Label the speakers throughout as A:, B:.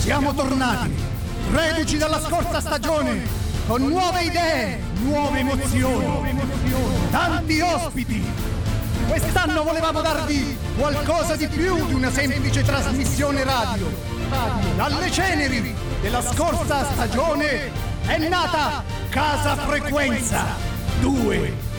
A: Siamo tornati, reduci dalla scorsa stagione, con nuove idee, nuove emozioni, tanti ospiti. Quest'anno volevamo darvi qualcosa di più di una semplice trasmissione radio. Dalle ceneri della scorsa stagione è nata Casa Frequenza 2.000.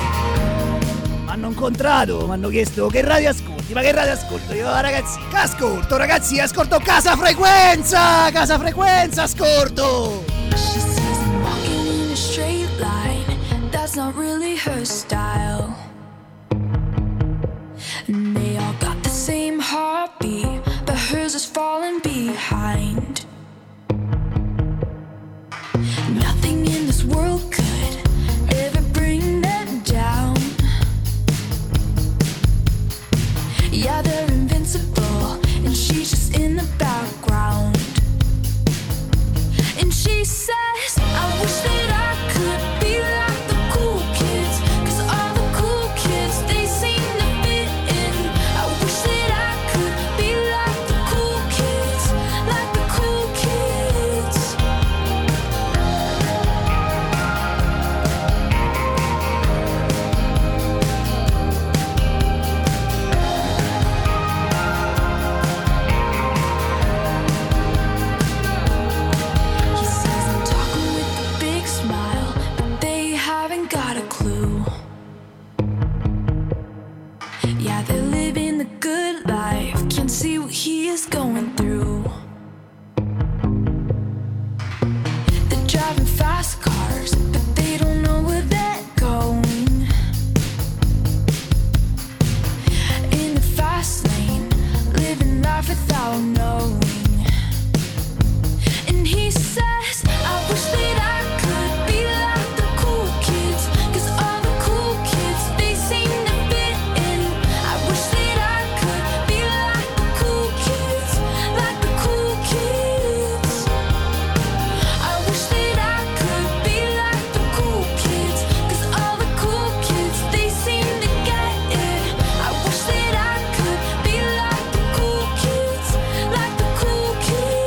B: Mi hanno incontrato, mi hanno chiesto che radio ascolti, ma che radio ascolto? Io "Ah, ragazzi, che ascolto ragazzi, ascolto Casa Frequenza, Casa Frequenza ascolto!
C: She says I'm walking in a straight line. That's not really her style. And they all got the same heartbeat, but hers is falling behind. Nothing in this world could ever bring them down. Yeah, they're invincible, and she's just in the background. And she says, I wish that I could be like the cool kids. Cause all the cool kids, they seem to fit in. I wish that I could be like the cool kids. Like the cool kids. He says I'm talking with a big smile, but they haven't got a clue. Yeah, they're living the good life, can't see what he is going through. They're driving fast cars, but they don't know where they're going. In the fast lane, living life without knowing. And he says, I wish that I could be like the cool kids. Cause all the cool kids, they seem to fit in. I wish that I could be like the cool kids. Like the cool kids. I wish that I could be like the cool kids. Cause all the cool kids, they seem to get it. I wish that I could be like the cool kids. Like the cool kids.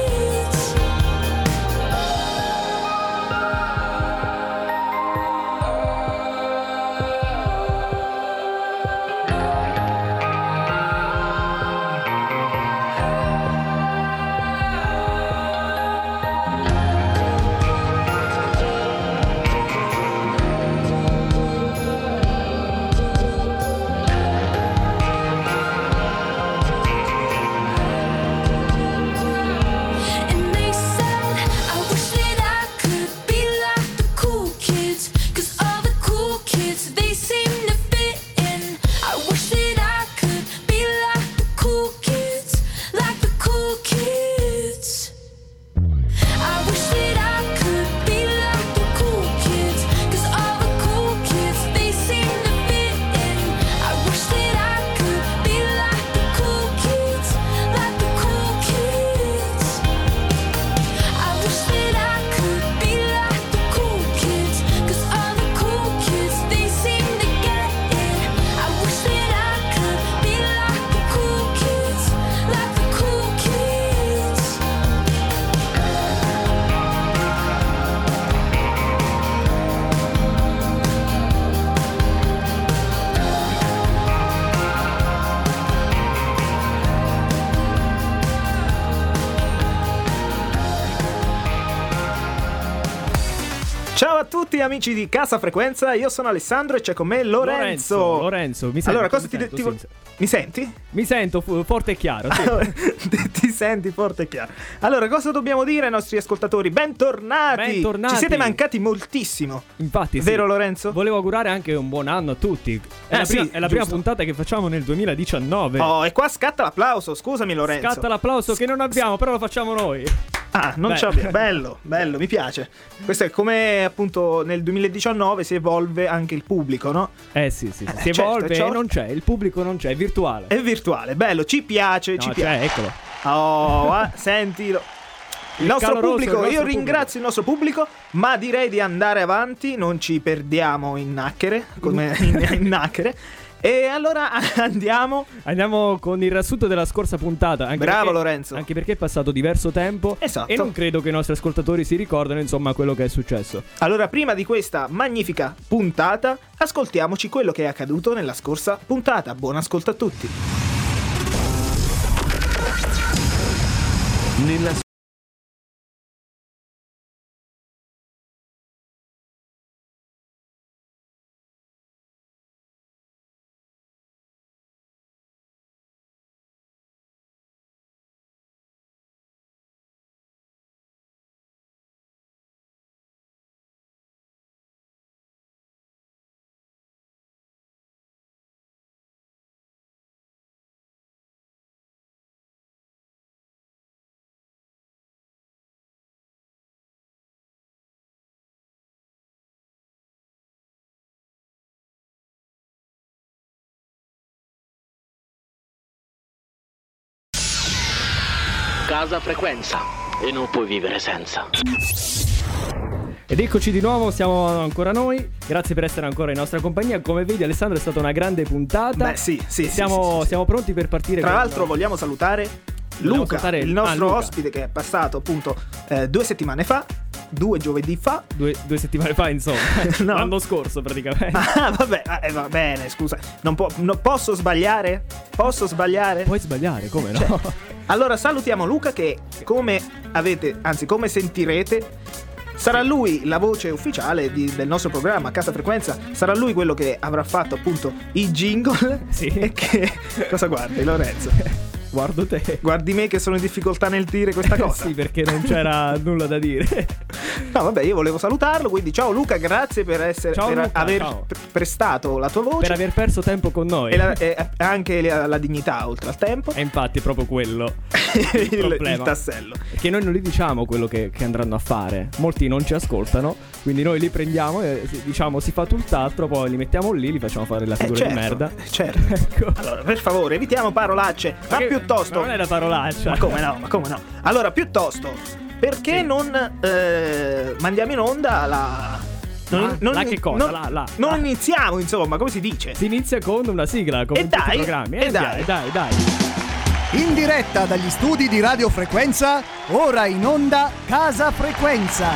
C: And they said, I wish that I could be like the cool kids. Cause all the cool kids, they seem to fit in. I wish that I could be like the cool kids, like the cool kids. I wish that I could be like the cool kids. Cause all the cool kids, they seem to fit in. I wish that I could be like the cool kids, like the cool kids. I wish that I could be like the cool kids. Cause all the cool kids, they seem to get it. I wish that I could be like the cool kids, like the cool kids.
D: Ciao a tutti amici di Casa Frequenza, io sono Alessandro e c'è con me Lorenzo.
E: Lorenzo, Lorenzo, mi sento,
D: Allora, cosa
E: mi
D: ti,
E: sento,
D: ti
E: sì,
D: vo-
E: mi sento.
D: Mi senti?
E: Mi sento fu- forte e chiaro. sì.
D: Ah, Ti- ti senti forte e chiaro. Allora, cosa dobbiamo dire ai nostri ascoltatori? Bentornati!
E: Bentornati!
D: Ci siete mancati moltissimo.
E: Infatti, sì.
D: Vero Lorenzo?
E: Volevo augurare anche un buon anno a tutti. È
D: Eh,
E: la,
D: sì,
E: prima, è la prima
D: giusto.
E: puntata che facciamo nel 2019.
D: Oh, e qua scatta l'applauso, scusami Lorenzo.
E: Scatta l'applauso che non abbiamo, però lo facciamo noi.
D: Ah, non
E: Beh.
D: c'è Bello, bello, mi piace. Questo è come appunto nel 2019 si evolve anche il pubblico, no?
E: Eh sì, sì, sì.
D: Eh,
E: si
D: certo,
E: evolve
D: ciò-
E: e non c'è, il pubblico non c'è, è virtuale.
D: È virtuale, bello, ci piace,
E: No,
D: ci
E: cioè,
D: piace.
E: eccolo.
D: Oh, ah, sentilo. Il nostro
E: caloroso
D: pubblico,
E: nostro
D: io
E: pubblico.
D: ringrazio il nostro pubblico, ma direi di andare avanti, non ci perdiamo in nacchere, come in, in nacchere. E allora andiamo.
E: Andiamo con il riassunto della scorsa puntata. Anche
D: Bravo,
E: perché-
D: Lorenzo.
E: Anche perché è passato diverso tempo.
D: Esatto.
E: E non credo che i nostri ascoltatori si ricordano, insomma, quello che è successo.
D: Allora, prima di questa magnifica puntata, ascoltiamoci quello che è accaduto nella scorsa puntata. Buon ascolto a tutti.
C: Casa frequenza e non puoi vivere senza.
E: Ed eccoci di nuovo, siamo ancora noi. Grazie per essere ancora in nostra compagnia. Come vedi, Alessandro, è stata una grande puntata.
D: Beh, sì, sì, sì,
E: Siamo,
D: sì, sì, sì.
E: siamo pronti per partire.
D: Tra
E: con-
D: l'altro vogliamo salutare
E: Vogliamo
D: Luca,
E: salutare-
D: il nostro
E: ah, Luca.
D: ospite che è passato appunto eh, due settimane fa, due giovedì fa.
E: Due, due settimane fa, insomma,
D: No.
E: l'anno scorso praticamente.
D: Ah, vabbè, eh, va bene, scusa. Non po- no, posso sbagliare? Posso sbagliare? Cioè,
E: Puoi sbagliare, come no?
D: Allora salutiamo Luca che come avete, anzi come sentirete, sarà lui la voce ufficiale di- del nostro programma Casa Frequenza, sarà lui quello che avrà fatto appunto i jingle
E: Sì.
D: e che... Cosa guardi Lorenzo?
E: Guardo te.
D: Guardi me che sono in difficoltà nel dire questa cosa.
E: Eh sì, perché non c'era nulla da dire.
D: No, vabbè, io volevo salutarlo, quindi ciao Luca, grazie per, essere,
E: Ciao
D: per
E: Luca,
D: aver
E: ciao.
D: pre- prestato la tua voce
E: per aver perso tempo con noi.
D: e, la- e eh, anche la, la dignità oltre al tempo.
E: E infatti è proprio quello il
D: il, il
E: problema.
D: tassello.
E: Perché noi non gli diciamo quello che, che andranno a fare. Molti non ci ascoltano, quindi noi li prendiamo e si- diciamo si fa tutt'altro, poi li mettiamo lì, li facciamo fare la
D: Eh,
E: figura
D: certo,
E: di merda.
D: certo.
E: Ecco.
D: Allora, per favore, evitiamo parolacce, ma
E: Perché-
D: piuttosto...
E: ma Non è la parolaccia.
D: Ma come no, ma come no? Allora, piuttosto, perché
E: Sì.
D: non eh, mandiamo in onda la...
E: La- la che cosa? La- la-
D: non
E: la.
D: iniziamo, insomma, come si dice?
E: Si inizia con una sigla, come
D: E
E: in tutti
D: dai,
E: i programmi.
D: e
E: Eh,
D: dai.
E: dai, dai.
A: In diretta dagli studi di Radiofrequenza, ora in onda Casa Frequenza,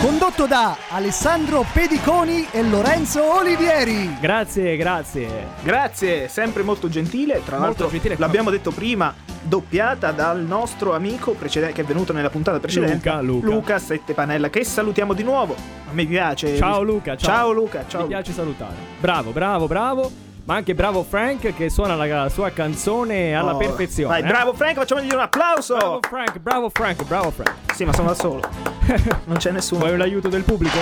A: condotto da Alessandro Pediconi e Lorenzo Olivieri.
E: Grazie, grazie.
D: Grazie, sempre molto gentile. Tra
E: Molto
D: l'altro,
E: gentile.
D: l'abbiamo detto prima, doppiata dal nostro amico precede- che è venuto nella puntata precedente.
E: Luca, Luca.
D: Sette Panella, che salutiamo di nuovo. A me piace.
E: Ciao Luca, ciao.
D: Luca, ciao.
E: Mi piace salutare. Bravo, bravo, bravo. Ma anche bravo Frank che suona la, la sua canzone alla
D: Oh,
E: perfezione.
D: Vai,
E: eh.
D: bravo Frank, facciamogli un applauso.
E: Bravo Frank, bravo Frank, bravo Frank.
D: Sì, ma sono da solo. Non c'è nessuno.
E: Vuoi un aiuto del pubblico?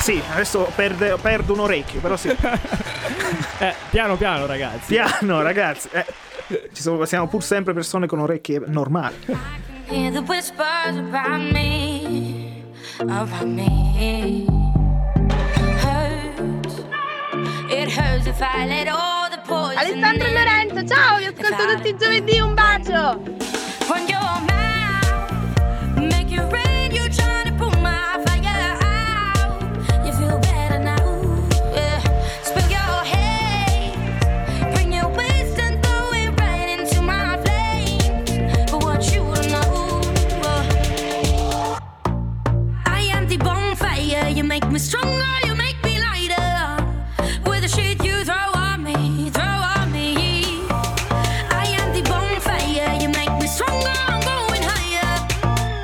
D: Sì, adesso perde- perdo un orecchio, però sì.
E: Eh, piano piano ragazzi.
D: Piano, ragazzi. Eh, ci sono, siamo pur sempre persone con orecchie normali.
F: Hear the whispers about me, about me. Hurts. It hurts if I let all the poison
G: Alessandro e
F: in.
G: Lorenzo, ciao, vi ascolto tutti i giovedì, un bacio!
F: Run your mouth, make it rain. You're trying to pull my fire out. You feel better now. Yeah. Spill your hate, bring your waste and throw it right into my flames. But what you don't know. uh, I am the bonfire. You make me stronger, you make me lighter. With the shit you throw at me, throw at me. I am the bonfire. You make me stronger, I'm going higher.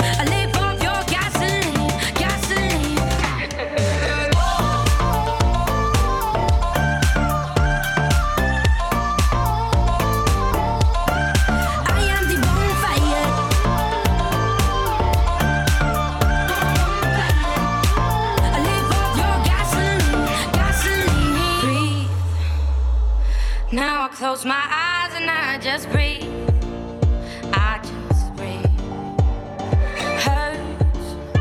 F: I live off your gasoline, gasoline. I am the bonfire. I live off your gasoline, gasoline. Breathe. Now I close my eyes and I just breathe. I just breathe. Hurts,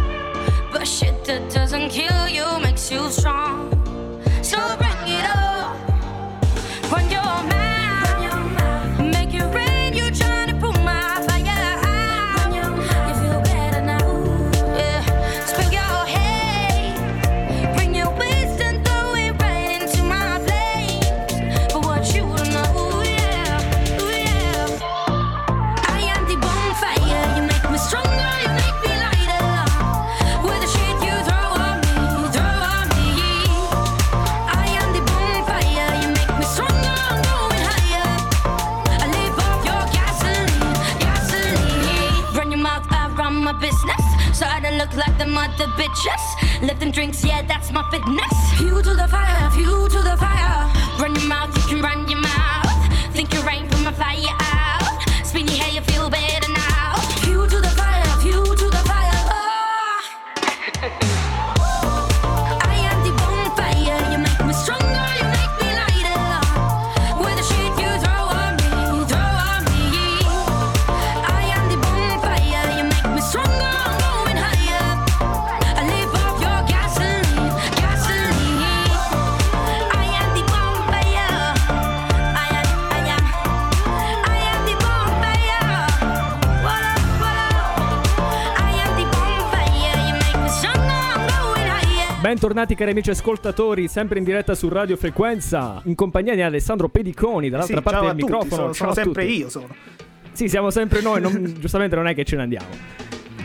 F: but shit that doesn't kill you makes you strong. So bring it up. Run your mouth, make it rain. You're trying to pull my fire out. You feel better now.
H: business. Starting to look like the mother bitches. Lift them drinks, yeah, that's my fitness. Fuel to the fire, fuel to the fire. Run your mouth, you can run your mouth. Think you're rain, put my fire out. Spin your hair, you feel better now. Fuel to the fire, fuel to the fire. Ah. I am the bonfire. You make me stronger, you make me lighter. With the shit you throw on me, you throw on me. I am the bonfire. You make me stronger. I'm going higher. I live off your gasoline, gasoline. I am the bonfire. I am, I am, I am the bonfire. What up, what up? I am the bonfire. You make me stronger. I'm going higher.
E: Bentornati cari amici ascoltatori, sempre in diretta su Radio Frequenza, in compagnia di Alessandro Pediconi, dall'altra
D: Sì,
E: parte
D: ciao a
E: del
D: tutti,
E: microfono.
D: sono, sono
E: Ciao a
D: sempre
E: tutti.
D: io. Sono.
E: Sì, siamo sempre noi, non- giustamente non è che ce ne andiamo.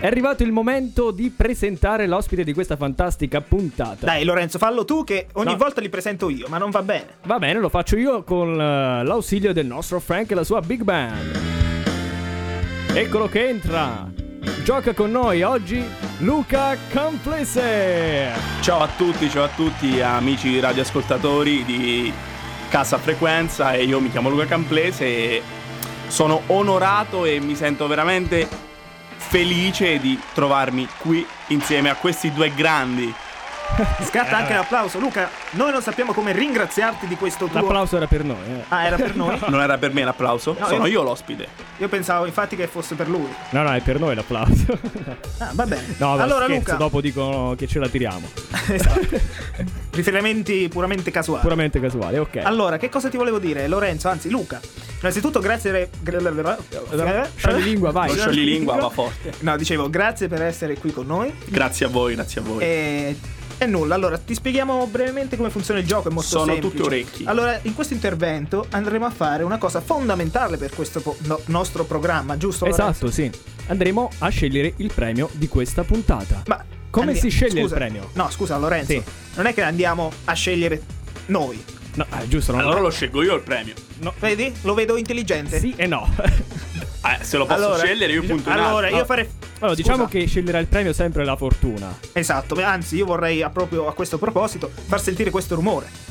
E: È arrivato il momento di presentare l'ospite di questa fantastica puntata.
D: Dai, Lorenzo, fallo tu che ogni
E: No.
D: volta li presento io, ma non va bene.
E: Va bene, lo faccio io con eh, l'ausilio del nostro Frank e la sua big band. Eccolo che entra. Gioca con noi oggi Luca Complesse.
I: Ciao a tutti, ciao a tutti amici radioascoltatori di Casa Frequenza e io mi chiamo Luca Camplese e sono onorato e mi sento veramente felice di trovarmi qui insieme a questi due grandi.
D: Scatta anche l'applauso. Luca, noi non sappiamo come ringraziarti di questo tuo...
E: L'applauso era per noi. eh.
D: Ah, era per noi?
I: Non era per me l'applauso,
D: No,
I: sono
D: io-
I: io l'ospite.
D: Io pensavo infatti che fosse per lui.
E: No, no, è per noi l'applauso.
D: Ah, va bene.
E: No, vabbè,
D: allora,
E: scherzo,
D: Luca, Esatto.
E: dopo dicono che ce la tiriamo.
D: riferimenti puramente casuali.
E: Puramente casuale, ok.
D: Allora, che cosa ti volevo dire, Lorenzo? Anzi, Luca. Innanzitutto, grazie.
E: Allora, sciogli lingua, vai.
I: Non sciogli lingua, va forte.
D: No, dicevo, grazie per essere qui con noi.
I: Grazie a voi, grazie a voi.
D: E... e Eh, nulla, allora ti spieghiamo brevemente come funziona il gioco, è molto
I: Sono
D: semplice.
I: tutti orecchi.
D: Allora, in questo intervento andremo a fare una cosa fondamentale per questo po- no- nostro programma, giusto? Lorenzo?
E: Esatto, sì. Andremo a scegliere il premio di questa puntata.
D: Ma
E: Come si sceglie il
D: scusa,
E: premio?
D: No, scusa Lorenzo,
E: Sì.
D: non è che andiamo a scegliere noi.
E: No, eh, giusto, non
I: Allora lo scelgo io il premio.
E: no.
D: Vedi? Lo vedo intelligente.
E: Sì e no.
I: Eh, se lo posso scegliere io punto un altro.
D: Allora, io farei
E: Allora, diciamo
D: Scusa.
E: che sceglierà il premio sempre la fortuna.
D: Esatto, beh, anzi, io vorrei a- proprio a questo proposito far sentire questo rumore.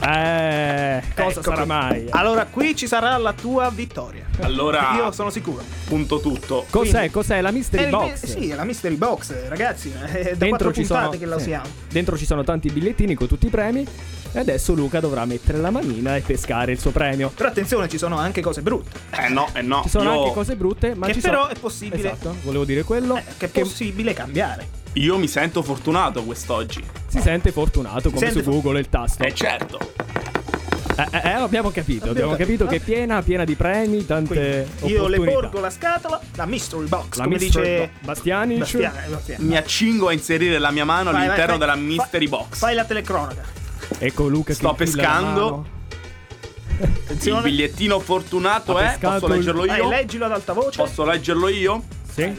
E: Eh, cosa
D: Ecco
E: sarà
D: qui.
E: mai?
D: Allora, qui ci sarà la tua vittoria.
I: Allora-
D: Io sono sicuro.
I: punto tutto.
E: Cos'è?
D: quindi-
E: Cos'è la
D: Eh,
E: mystery
D: il-
E: box?
D: Sì, è la mystery box, eh, ragazzi. È da quattro
E: Dentro
D: puntate
E: ci, sono,
D: che la
E: sì.
D: usiamo.
E: Dentro ci sono tanti bigliettini con tutti i premi. E adesso Luca dovrà mettere la manina e pescare il suo premio.
D: Però attenzione, ci sono anche cose brutte.
I: Eh no, eh no.
E: Ci sono
I: io-
E: anche cose brutte, ma
D: che
E: ci
D: però
E: sono...
D: è possibile-
E: Esatto, volevo dire quello.
D: Eh, che è possibile cambiare.
I: io mi sento fortunato quest'oggi.
E: si sente fortunato come
D: sente
E: su
D: for-
E: Google il tasto.
I: Eh certo.
E: Eh, eh, eh, abbiamo capito, abbiamo capito che è piena, piena di premi, tante
D: Quindi io le
E: opportunità.
D: porgo la scatola, la mystery box,
E: La
D: come
E: mystery
D: dice
E: bo- Bastianic.
D: Bastiani, eh, Bastiani.
I: Mi accingo a inserire la mia mano
D: Vai, vai,
I: all'interno
D: fai-
I: della
D: fai-
I: mystery box.
D: Fai la telecronaca.
E: Ecco Luca
I: Sto
E: che infila la
I: pescando.
E: mano.
I: Il
D: Attenzione.
I: bigliettino fortunato
E: Ha
I: è.
E: pescato
I: Posso leggerlo
D: Vai,
I: io?
D: leggilo ad alta voce.
I: Posso leggerlo io?
E: Sì.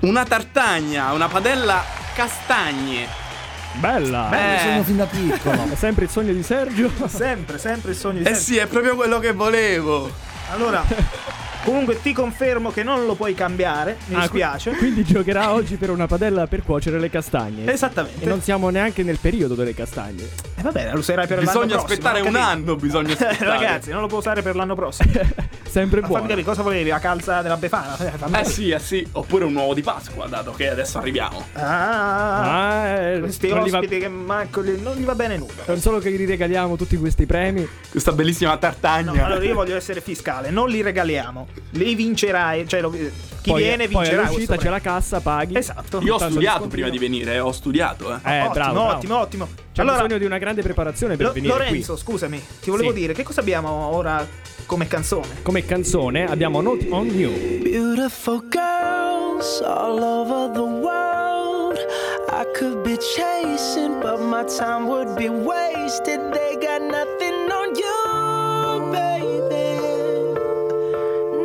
I: Una tartagna, una padella castagne.
E: Bella.
D: Beh,
I: Eh.
C: Sono fin da piccolo.
E: È sempre il sogno di Sergio.
D: Sempre, sempre il sogno di
I: Eh
D: sempre.
I: sì, è proprio quello che volevo.
D: Allora, comunque ti confermo che non lo puoi cambiare, mi
E: Ah,
D: dispiace.
E: qui- Quindi giocherà oggi per una padella per cuocere le castagne.
D: Esattamente.
E: E non siamo neanche nel periodo delle castagne.
D: Eh, va bene, lo userai per
I: Bisogna
D: l'anno prossimo.
I: aspettare
D: ho
I: un
D: capito.
I: anno, bisogna aspettare.
D: Ragazzi, non lo puoi usare per l'anno prossimo.
E: Sempre
D: Ma fammi
E: buono.
D: capire cosa volevi, la calza della Befana? Eh, fammi
I: Eh sì, eh sì. Oppure un uovo di Pasqua, dato che adesso arriviamo.
D: Ah,
E: Ah, eh,
D: questi
E: non, gli va-
D: ospiti che manco li- non gli va bene nulla.
E: non solo che gli regaliamo tutti questi premi.
I: Questa bellissima
D: No,
I: tartagna.
D: allora io voglio essere fiscale, non li regaliamo. Li vincerai, cioè lo- chi
E: poi,
D: viene
E: poi
D: vincerà.
E: all'uscita c'è
D: questo
E: la cassa, paghi.
D: premio. Esatto.
I: Io ho
E: Tanto
I: studiato
E: riscontri
I: prima
E: no.
I: di venire, eh, ho studiato, eh.
E: Eh,
D: ottimo,
E: bravo, bravo.
D: ottimo, ottimo.
E: C'è
D: allora,
E: bisogno di una grande preparazione per
D: Lo-
E: venire
D: Lorenzo,
E: qui.
D: scusami, ti volevo
E: Sì.
D: dire che cosa abbiamo ora come canzone?
E: Come canzone abbiamo Not On You.
J: Beautiful girls all over the world. I could be chasing, but my time would be wasted. They got nothing on you, baby.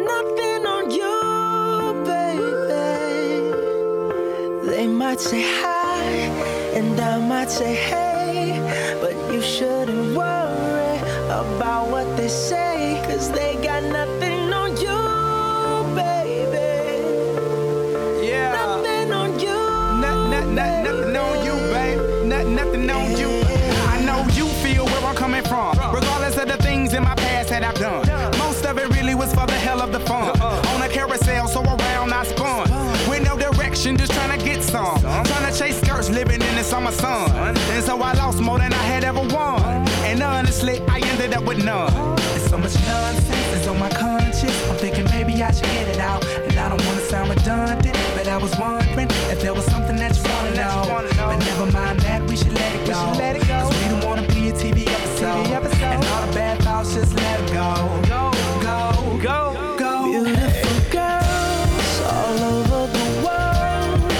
J: Nothing on you, baby. They might say hi, and I might say hey, but you shouldn't worry about what they say, cause they got nothing on you, baby.
K: that I've done. Most of it really was for the hell of the fun. On a carousel, so around I spun. With no direction, just trying to get some. Trying to chase skirts, living in the summer sun. And so I lost more than I had ever won. And honestly, I ended up with none. There's so much nonsense is on my conscience. I'm thinking maybe I should get it out. And I don't want to sound redundant, but I was wondering if there was something that you want to know. But never mind that, we should let it go. 'Cause we don't want to be a TV episode. And all the bad thoughts, just let it go. Go, go, go, go.
J: Beautiful girls all over the world.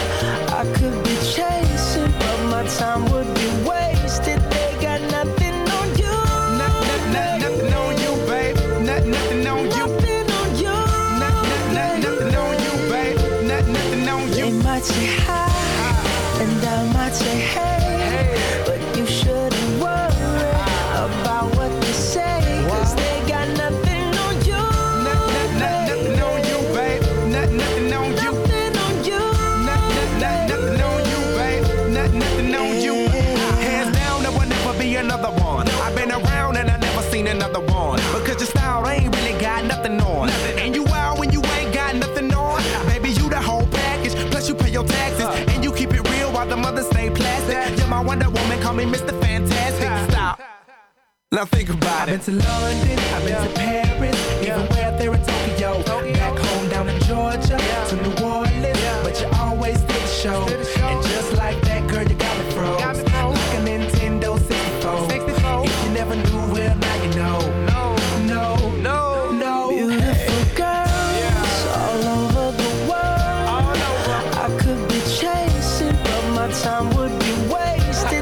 J: I could be chasing, but my time would be wasted. They got nothing on you.
K: Nothing, nothing, nothing on you, babe. Nothing, nothing on you.
J: Nothing on you.
K: Nothing, nothing, nothing on you, babe. Nothing, nothing on
J: They
K: you.
J: might say hi, and I might say hey, but you shouldn't worry about what they say, 'cause they got nothing on you.
K: Nothing, nothing on you, babe. Nothing, nothing on you.
J: Nothing on you.
K: Nothing, nothing on you, babe. Nothing, nothing on you. Hands down, there will never be another one. I've been around and I never seen another one. Because your style ain't really got nothing on. And you out when you ain't got nothing on. Baby, you the whole package. Plus you pay your taxes. And you keep it real while the mothers stay plastic. You're my Wonder Woman, call me Mr. Fantastic. Stop. Now think about it. I've been to London, I've been to Paris, even way out there in Tokyo. Back home down in Georgia, to New Orleans, but you always did the show. And just like that, girl, you got me froze. Like a Nintendo 64. If you never knew, well, now you know. No, no, no, no.
J: Beautiful girls all over the world.
K: All over.
J: I could be chasing, but my time would be wasted. They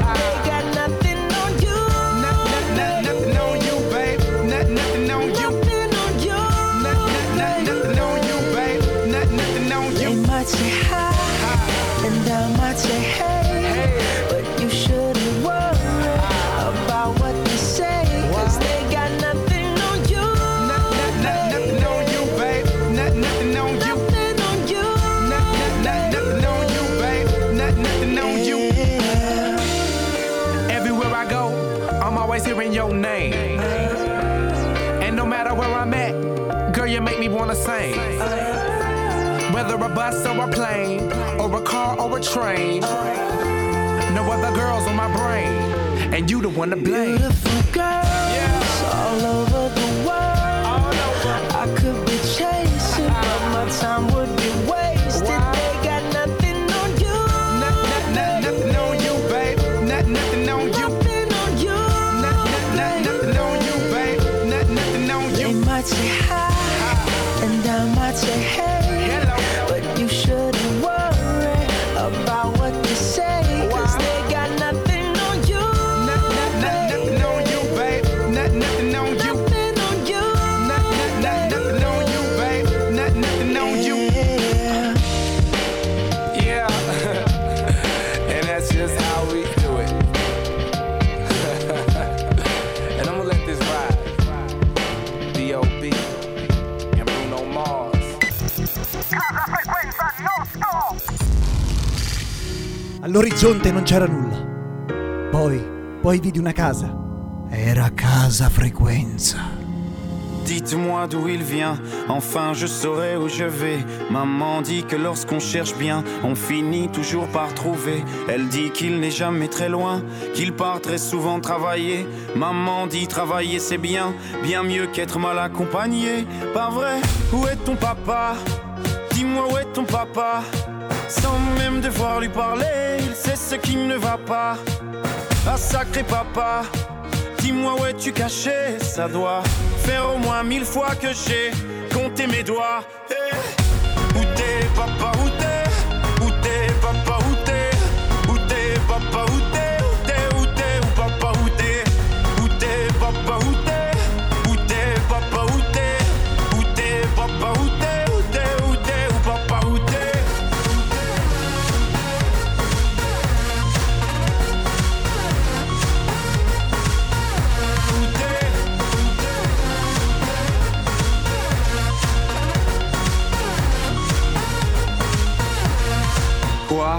J: got nothing on you.
K: Nothing, nothing, nothing on you, babe. Nothing, nothing on you.
J: Nothing on you.
K: Nothing, nothing, nothing on you, babe. Nothing, nothing on you.
J: They might say hi, and I might say hey, but you shouldn't worry about what they say, 'cause they got nothing on you.
K: Nothing, nothing, nothing on you, babe. Nothing, nothing on you.
J: Nothing on you.
K: Nothing, nothing, nothing on you, babe. Nothing, nothing on you. Everywhere I go, I'm always hearing your name. And no matter where I'm at, girl, you make me wanna sing. Whether a bus or a plane, or a car or a train, no other girls on my brain, and you the one to blame.
J: Beautiful girls all over the world.
K: All over.
J: I could be chasing, but my time would be wasted. They got nothing on you.
K: Nothing, nothing, nothing on you, babe. Nothing, nothing on you.
J: Nothing
K: Nothing, nothing, nothing
J: on you.
K: on you, babe. Nothing, nothing on
J: They
K: you.
J: might say hi, and I might say hey,
K: Hello.
J: but you shouldn't worry about what they say, 'cause they got nothing on you.
K: Nothing, nothing, nothing on you, babe. Nothing, nothing on you.
J: Nothing on you.
K: Nothing, nothing, nothing on you, babe. Nothing, nothing on you.
J: Yeah.
K: Yeah. and that's just how we do it. and I'm gonna let this ride. B.O.B. and Bruno Mars.
C: All'orizzonte non c'era nulla. Poi, poi vidi una casa. Era casa frequenza.
L: Dites-moi d'où il vient, enfin je saurai où je vais. Maman dit que lorsqu'on cherche bien, on finit toujours par trouver. Elle dit qu'il n'est jamais très loin, qu'il part très souvent travailler. Maman dit travailler c'est bien, bien mieux qu'être mal accompagné. Pas vrai Où est ton papa Dis-moi où est ton papa Sans même devoir lui parler, il sait ce qui ne va pas. Ah sacré papa, dis-moi où es-tu caché Ça doit faire au moins mille fois que j'ai compté mes doigts. Eh. Où t'es papa, où t'es Où t'es papa, où t'es Où t'es papa, où t'es Où t'es, où t'es, où papa, où t'es Où t'es papa, où t'es Où t'es papa, où t'es Où t'es papa, où t'es Où t'es, où t'es, où papa, où t'es Quoi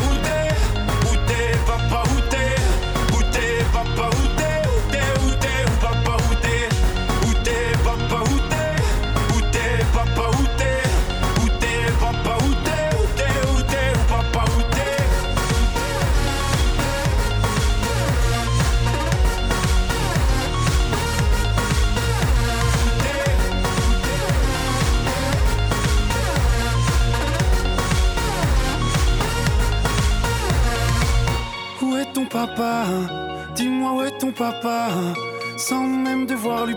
L: où t'es Où t'es, papa, où t'es Où t'es, papa, où t'es Où t'es, où t'es, où papa, où t'es Où t'es, papa, où t'es Où t'es, papa, où t'es Où t'es, papa, où t'es Où t'es, où t'es, où papa, où t'es
M: Où est ton papa Dis-moi où est ton papa Sans même devoir lui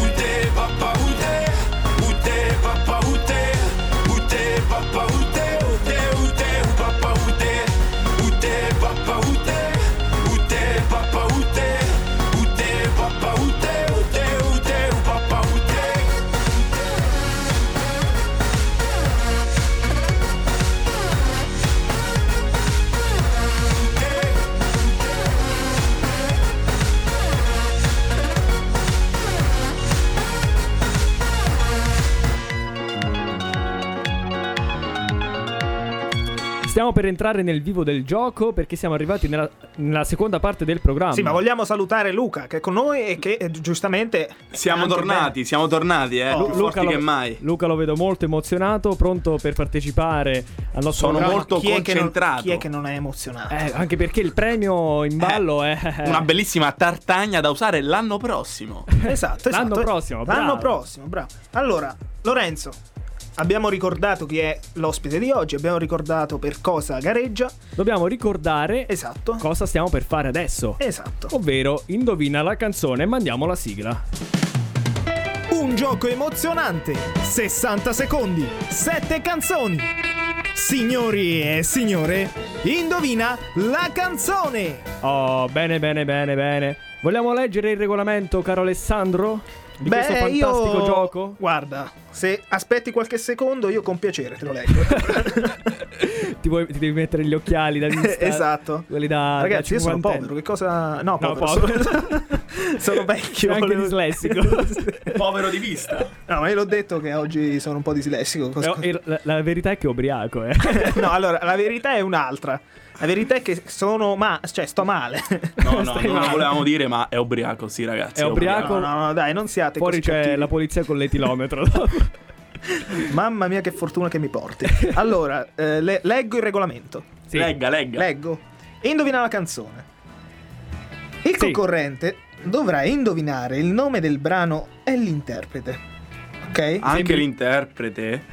M: Où t'es papa, où t'es Où t'es papa, où t'es Où t'es papa, où t'es Où t'es, où t'es, où papa, où t'es Où t'es papa, où t'es Où t'es papa, où t'es Où t'es papa, où t'es Où t'es, où t'es, où papa, où t'es
E: Stiamo per entrare nel vivo del gioco perché siamo arrivati nella, nella seconda parte del programma.
D: Sì, ma vogliamo salutare Luca che è con noi e che eh, giustamente.
I: Siamo
D: anche Oh.
I: tornati, siamo tornati, eh,
E: Lu-
I: più forti che
E: lo,
I: mai.
E: Luca lo vedo molto emozionato, pronto per partecipare al nostro
I: Sono
E: programma.
I: molto
D: chi è che non-
I: concentrato.
D: chi è che non è emozionato?
E: Eh, anche perché il premio in ballo è
I: Eh, Una bellissima tartagna da usare l'anno prossimo.
D: Esatto, esatto.
E: L'anno prossimo,
D: L'anno
E: bravo.
D: prossimo, bravo. Allora, Lorenzo, abbiamo ricordato chi è l'ospite di oggi, abbiamo ricordato per cosa gareggia.
E: Dobbiamo ricordare
D: Esatto.
E: cosa stiamo per fare adesso.
D: Esatto.
E: Ovvero, indovina la canzone e mandiamo la sigla.
D: Un gioco emozionante, 60 secondi, 7 canzoni. Signori e signore, indovina la canzone.
E: Oh, bene, bene, bene, bene. Vogliamo leggere il regolamento, caro Alessandro? Di questo fantastico
D: io-
E: gioco?
D: Guarda, se aspetti qualche secondo, io con piacere te lo leggo.
E: Ti, vuoi- ti devi mettere gli occhiali da vista?
D: esatto.
E: Quelli da. da
D: Ragazzi, io sono
E: Ah, cinquantenne.
D: povero, che cosa... No,
E: No,
D: povero.
E: povero.
D: Sono... sono vecchio.
E: Sei anche
D: volevo-
E: dislessico.
I: Povero di vista.
D: No, ma io l'ho detto che oggi sono un po' dislessico. Cos-
E: Però, eh, la, la verità è che è ubriaco, eh.
D: no, allora, la verità è un'altra. La verità è che sono ma... cioè, sto male.
I: No, no, non lo volevamo dire, ma è ubriaco, sì, ragazzi.
E: È ubriaco.
D: No, no, no, dai, non siate
E: Fuori
D: così
E: c'è
D: cattivi.
E: la polizia con l'etilometro.
D: Mamma mia, che fortuna che mi porti. Allora, eh, le- leggo il regolamento.
E: Sì.
I: Legga, legga.
D: Leggo. Indovina la canzone. Il
E: Sì.
D: concorrente dovrà indovinare il nome del brano e l'interprete. Ok?
I: Anche
E: Sembri-
I: l'interprete.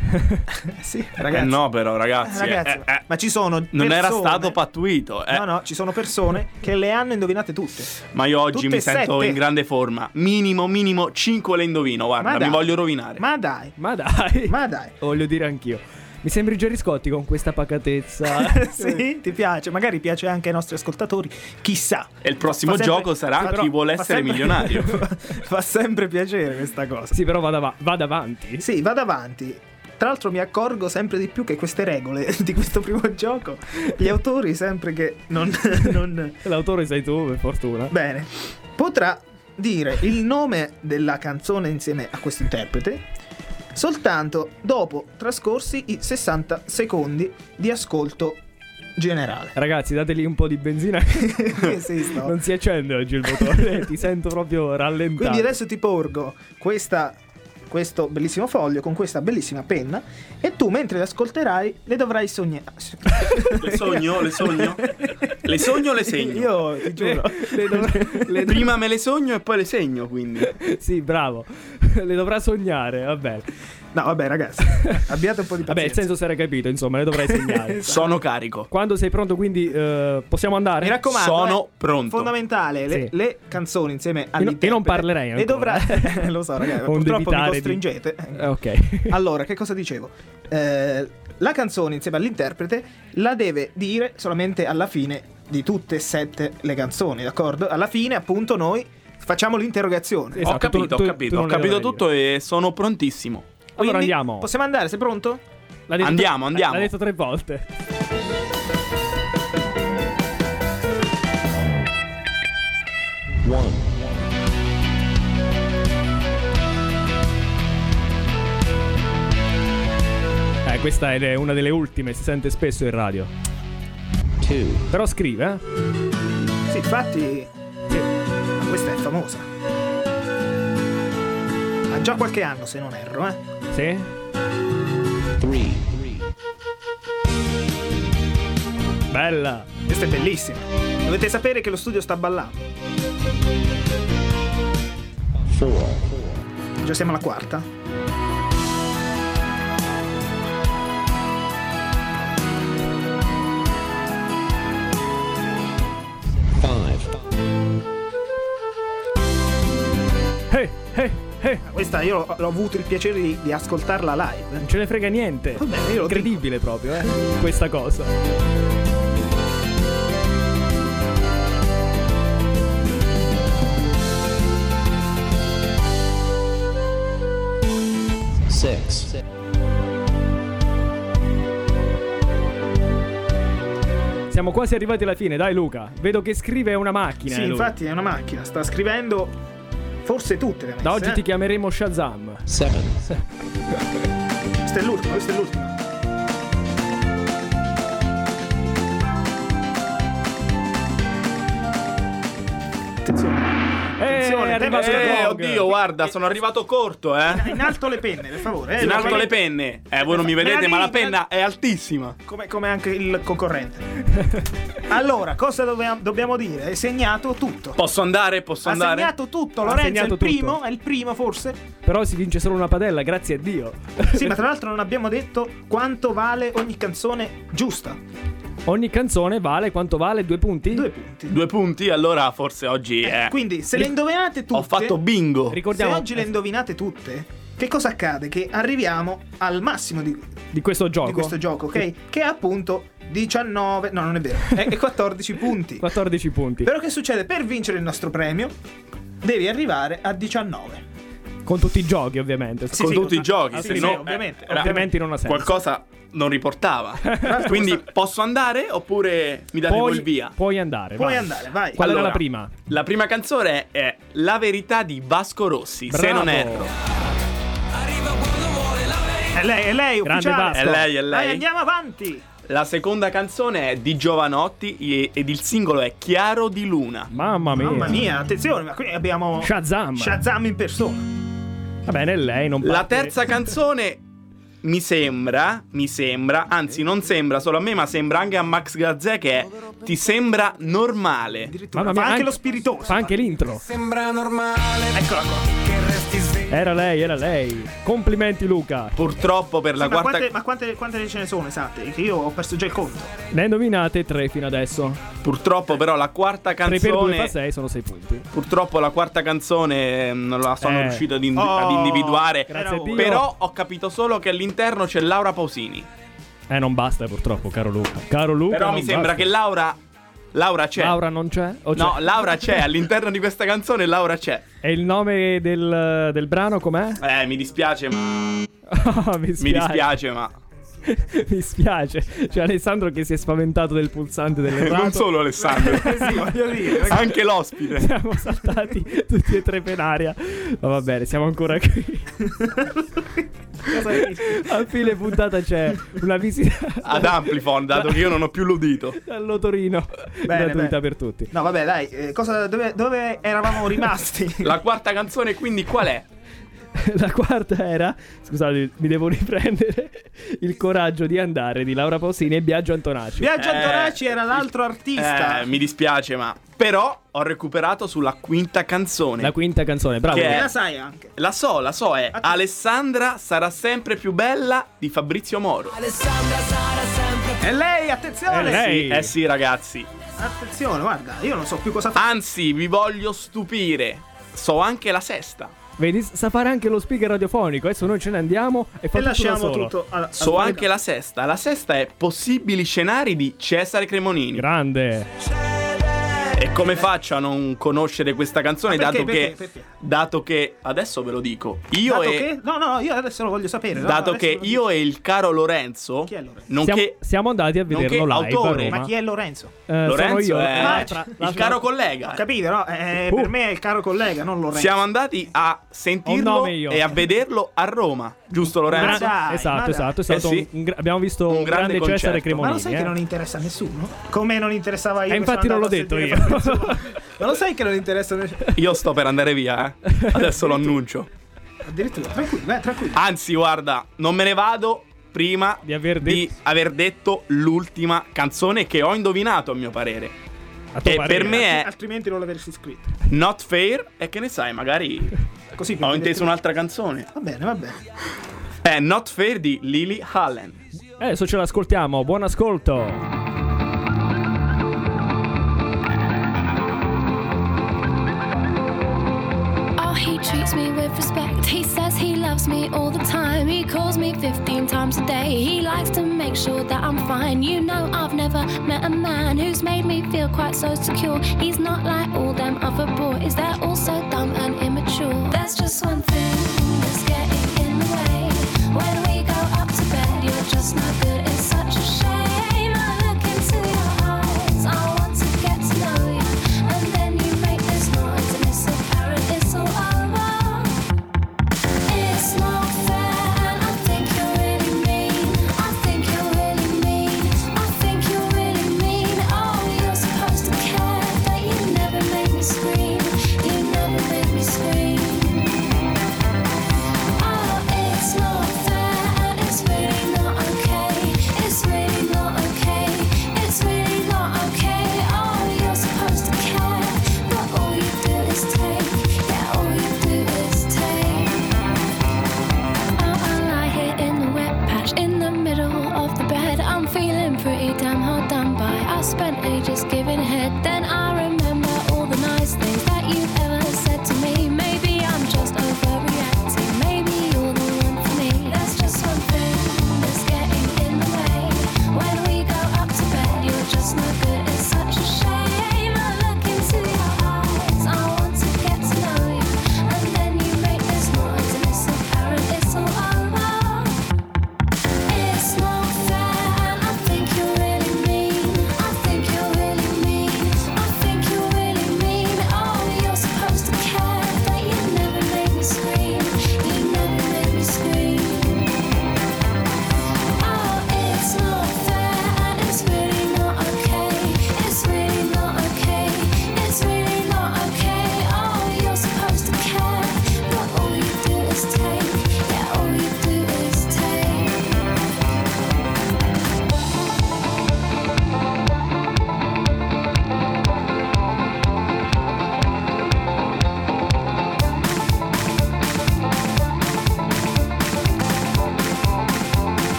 D: Sì,
I: Eh
D: ragazzi.
I: no, però, ragazzi. eh,
D: Ragazzi,
I: eh, eh.
D: ma ci sono
I: Non era
D: persone-
I: stato pattuito, eh.
D: No, no, ci sono persone che le hanno indovinate tutte.
I: Ma io oggi
D: Tutte
I: mi sento
D: sette.
I: in grande forma. Minimo, minimo 5 le indovino. Guarda,
D: Ma
I: mi
D: dai.
I: voglio rovinare.
D: Ma dai,
E: Ma dai.
D: ma dai.
E: Voglio dire anch'io. Mi sembri Gerry Scotti con questa pacatezza.
D: sì, ti piace, magari piace anche ai nostri ascoltatori, chissà.
I: E il prossimo
D: Fa sempre-
I: gioco sarà
D: Sì, però
I: chi vuole
D: fa
I: essere
D: sempre-
I: milionario.
D: fa sempre piacere questa cosa.
E: Sì, però vada, av- vada avanti.
D: Sì, vado avanti. Tra l'altro mi accorgo sempre di più che queste regole di questo primo gioco, gli autori sempre che non... non-
E: L'autore sei tu, per fortuna.
D: Bene, potrà dire il nome della canzone insieme a questo interprete soltanto dopo trascorsi i 60 secondi di ascolto generale.
E: Ragazzi, dategli un po' di benzina.
D: Sì, sto-
E: Non si accende oggi il motore. Ti sento proprio rallentato.
D: Quindi adesso ti porgo questa questo bellissimo foglio con questa bellissima penna e tu mentre le ascolterai le dovrai sognare.
I: Le sogno, le sogno. Le sogno, le segno.
D: Io ti giuro.
I: Prima me le sogno e poi le segno, quindi.
E: sì, bravo. Le dovrà sognare, vabbè.
D: No, vabbè, ragazzi. Abbiate un po' di pazienza.
E: Vabbè, il senso si era capito, insomma, le dovrai segnare.
D: Esatto.
I: Sono carico.
E: Quando sei pronto, quindi eh, possiamo andare?
D: Mi raccomando,
I: Sono
D: eh,
I: pronto.
D: Fondamentale, le,
E: Sì.
D: le canzoni insieme
E: Io non-
D: all'interprete.
E: io non parlerei
D: E
E: ancora.
D: dovrà... lo so, ragazzi,
E: Onde
D: purtroppo mi
E: evitare di-
D: costringete.
E: Eh, Ok.
D: Allora, che cosa dicevo? Eh, la canzone insieme all'interprete la deve dire solamente alla fine di tutte e sette le canzoni, d'accordo? Alla fine, appunto, noi facciamo l'interrogazione.
E: Esatto,
I: ho capito,
E: tu- tu-
I: ho
E: tu
I: capito,
E: non
I: ho
E: le
I: capito
E: dovrai
I: tutto e sono prontissimo.
E: Allora
D: Quindi,
E: andiamo.
D: Possiamo andare, sei pronto?
E: L'ha detto-
I: Andiamo, andiamo.
E: L'ha detto tre volte. Eh, questa è una delle ultime, si sente spesso in radio. Però scrive, eh?
D: Sì, infatti, sì, ma questa è famosa. Ha già qualche anno, se non erro, eh.
E: Sì? Bella!
D: Questa è bellissima. Dovete sapere che lo studio sta ballando. Già siamo alla quarta.
E: Hey, hey, hey!
D: Ah, Questa io l'ho, l'ho avuto il piacere di, di ascoltarla live.
E: Non ce ne frega niente!
D: Vabbè, io lo
E: Incredibile proprio, eh? Questa cosa. Siamo quasi arrivati alla fine, dai Luca. Vedo che scrive una macchina.
D: Sì,
E: eh, lui.
D: infatti è una macchina, sta scrivendo forse tutte le messe.
E: Da oggi
D: eh.
E: ti chiameremo Shazam.
D: Questa è l'ultima, questa è l'ultima. Attenzione. Attenzione,
E: Eh, è arrivato
D: attenzione.
E: il
I: Eh,
E: dog.
I: oddio, guarda, sono arrivato corto, eh.
D: In alto le penne, per favore. eh,
I: In
D: lo
I: alto
D: fai-
I: le penne. Eh, voi non mi vedete, ma la penna è altissima.
D: Come, come anche il concorrente. allora, cosa dovevamo- dobbiamo dire? Hai segnato tutto.
I: Posso andare, posso
D: Ha
I: andare.
D: segnato tutto,
E: Ha
D: Lorenzo
E: segnato
D: è il primo,
E: tutto.
D: è il primo forse.
E: Però si vince solo una padella, grazie a Dio.
D: Sì, ma tra l'altro non abbiamo detto quanto vale ogni canzone giusta.
E: Ogni canzone vale quanto vale due punti?
D: Due punti.
I: Due punti, allora forse oggi è.
D: Eh, Quindi se le indovinate tutte,
I: Eh, Ho fatto bingo.
E: Ricordiamo
D: se oggi le indovinate tutte, che cosa accade? Che arriviamo al massimo di, di
E: di questo gioco.
D: questo gioco, ok? Che è appunto 19, no non è vero, è è 14 punti.
E: 14 punti.
D: Però che succede? Per vincere il nostro premio devi arrivare a 19.
E: Con tutti i giochi, ovviamente.
D: Sì,
I: con
D: sì,
I: tutti i
D: con-
I: giochi,
D: ah,
I: se
D: sì,
I: no,
D: sì, ovviamente,
I: eh,
E: ovviamente non ha senso.
I: Qualcosa non riportava. Quindi posso andare oppure mi date voi il
E: Puoi,
I: via?
E: puoi andare.
D: Puoi
E: Eh, vai.
D: andare, vai.
E: Qual era
I: Allora,
E: la prima?
I: La prima canzone è La verità di Vasco Rossi, se
E: Bravo.
I: non erro.
D: È lei, è lei,
E: Grande
D: ufficiale.
E: Vasco.
I: È lei, è
D: Dai,
I: lei.
D: andiamo avanti.
I: La seconda canzone è di Giovanotti e- ed il singolo è Chiaro di Luna.
E: Mamma mia.
D: Mamma mia, attenzione, ma qui abbiamo
E: Shazam.
D: Shazam in persona.
E: Va bene, lei non
I: La
E: parte.
I: terza canzone mi sembra, mi sembra, anzi non sembra solo a me, ma sembra anche a Max Gazzè che è Ti sembra normale.
D: Addirittura
E: Mamma
D: fa
E: mia,
D: anche lo spiritoso.
E: Fa anche l'intro.
M: Sembra normale
D: Eccola qua.
E: Era lei, era lei. Complimenti, Luca.
I: Purtroppo per la
D: ma
I: quarta
D: quante, ma quante- quante ce ne sono esatte? Che io ho perso già il conto.
E: Ne indovinate tre fino adesso.
I: purtroppo però la quarta
E: 3 per 2 fa
I: canzone
E: 6, sono 6 punti.
I: purtroppo la quarta canzone eh, non la sono
E: Eh.
I: riuscito ad, indi-
D: Oh,
I: ad individuare.
D: grazie
E: Grazie a Dio.
I: Però ho capito solo che all'interno c'è Laura Pausini.
E: Eh, non basta, purtroppo, caro Luca. Caro Luca.
I: Però
E: non
I: mi sembra
E: basta.
I: che Laura Laura c'è.
E: Laura non c'è? Eh? O
I: No,
E: c'è?
I: Laura c'è, all'interno di questa canzone Laura c'è.
E: E il nome del, del brano com'è?
I: Eh, mi dispiace, ma
E: Ah, mi
I: mi
E: spiace.
I: dispiace, ma
E: Mi spiace. C'è Alessandro che si è spaventato del pulsante dell'errato.
I: non solo Alessandro. Anche l'ospite.
E: Siamo saltati tutti e tre per aria. Ma va bene, siamo ancora qui. A fine puntata c'è Eh, una visita
I: Ad Amplifon, dato che io non ho più l'udito.
E: all'Otorino.
D: Bene,
E: Gratuita
D: bene.
E: per tutti.
D: No, vabbè, dai, eh, cosa- dove, dove eravamo rimasti?
I: La quarta canzone quindi qual è?
E: La quarta era, scusate, mi devo riprendere, Il coraggio di andare di Laura Pausini e Biagio Antonacci. Eh.
I: Biagio Antonacci era l'altro artista. Eh, mi dispiace, ma. Però ho recuperato sulla quinta canzone.
E: La quinta canzone, bravo.
I: Che è-
D: La sai anche.
I: La so, la so, è Alessandra sarà sempre più bella di Fabrizio Moro.
D: E lei, attenzione!
I: Sì, eh sì, ragazzi.
D: Attenzione, guarda, io non so più cosa
I: fare. Anzi, vi voglio stupire. So anche la sesta.
E: Vedi, sa fare anche lo speaker radiofonico. Adesso noi ce ne andiamo e, fa tutto da solo.
I: so anche la sesta. La sesta è Possibili scenari di Cesare Cremonini.
E: Grande.
I: E come faccio a non conoscere questa canzone?
D: Ma perché,
I: dato,
D: perché,
I: che,
D: perché?
I: dato che. Adesso ve lo dico. Io
D: Dato
I: e.
D: che- No, no, io adesso lo voglio sapere. no,
I: Dato
D: adesso
I: che
D: lo-
I: io e il caro Lorenzo.
E: Eh,
D: Chi è Lorenzo?
E: siamo,
I: Nonché.
E: siamo andati a vederlo live
I: nonché autore.
E: a Roma.
D: Ma chi è Lorenzo?
E: Eh, sono
I: Lorenzo
E: io.
I: è-
E: Ah,
I: Eh, il
E: tra-
I: caro collega.
D: Ho capito, no? Eh, Per me è il caro collega, non Lorenzo.
I: Siamo andati a
D: Ho un
I: sentirlo
D: nome io.
I: e a vederlo a Roma, giusto Lorenzo?
E: Gra- esatto, esatto, è
I: Eh
E: stato
I: sì.
E: un- un gra- abbiamo visto un, grande,
I: grande
E: Cesare
I: concerto.
E: Cremonini.
D: Ma lo sai
E: eh.
D: che non interessa a nessuno? Come non interessava io?
E: Eh,
D: che
E: infatti
D: sono
E: non
D: andato
E: l'ho
D: a
E: detto io.
D: sentire Fabrizio? Ma lo sai che non interessa a nessuno?
I: Io sto per andare via, eh. Adesso lo annuncio.
D: Addirittura, tranquillo, eh, tranquillo.
I: Anzi, guarda, non me ne vado prima di
E: aver,
I: detto l'ultima canzone che ho indovinato, a mio parere. e per me
D: Altri-
I: è
D: Altrimenti non l'avresti scritto.
I: Not Fair e che ne sai, magari
D: Così
I: ho inteso un'altra canzone.
D: Va bene, va bene.
I: È Not Fair di Lily Allen.
E: Eh, adesso ce l'ascoltiamo, buon ascolto.
H: Oh, he treats me with respect. He says he loves me all the time. He calls me 15 times a day. He likes to make sure that I'm fine. You know, I've never met a man who's made me feel quite so secure. He's not like all them other boys, they're all so dumb and immature. There's just one thing that's getting in the way. When we go up to bed, you're just no good. It's such a shame. I look into your eyes. I want to get to know you. And then you make this noise, and it's apparent it's all over. It's not fair, and I think you're really mean. I think you're really mean. I think you're really mean. Oh, you're supposed to care, but you never make me scream. You never make me scream. Oh, it's not fair, and it's really not okay. It's really not okay. It's really not okay. Oh, you're supposed to care, but all you do is take. Yeah, all you do is take. Out I lie here in the wet patch in the middle of the bed. I'm feeling pretty damn hard done by. I spent ages giving head. Then I remember all the nice things that you've ever said to me. Maybe I'm just overreacting. Maybe you're the one for me. There's just one thing that's getting in the way. When we go up to bed, you're just no good. It's such a shame. I look into your eyes. I want to get to know you. And then you make this noise, and it's apparent it's all over. It's not fair, and I think you're really mean. I think you're really mean. I think you're really mean. Oh, you're supposed to care, but you never make me scream. You never make me scream. Oh, it's not fair, and it's really not okay. It's really not okay. It's really not okay. Oh, you're supposed to care, but all you do is take. Yeah, all you do is take.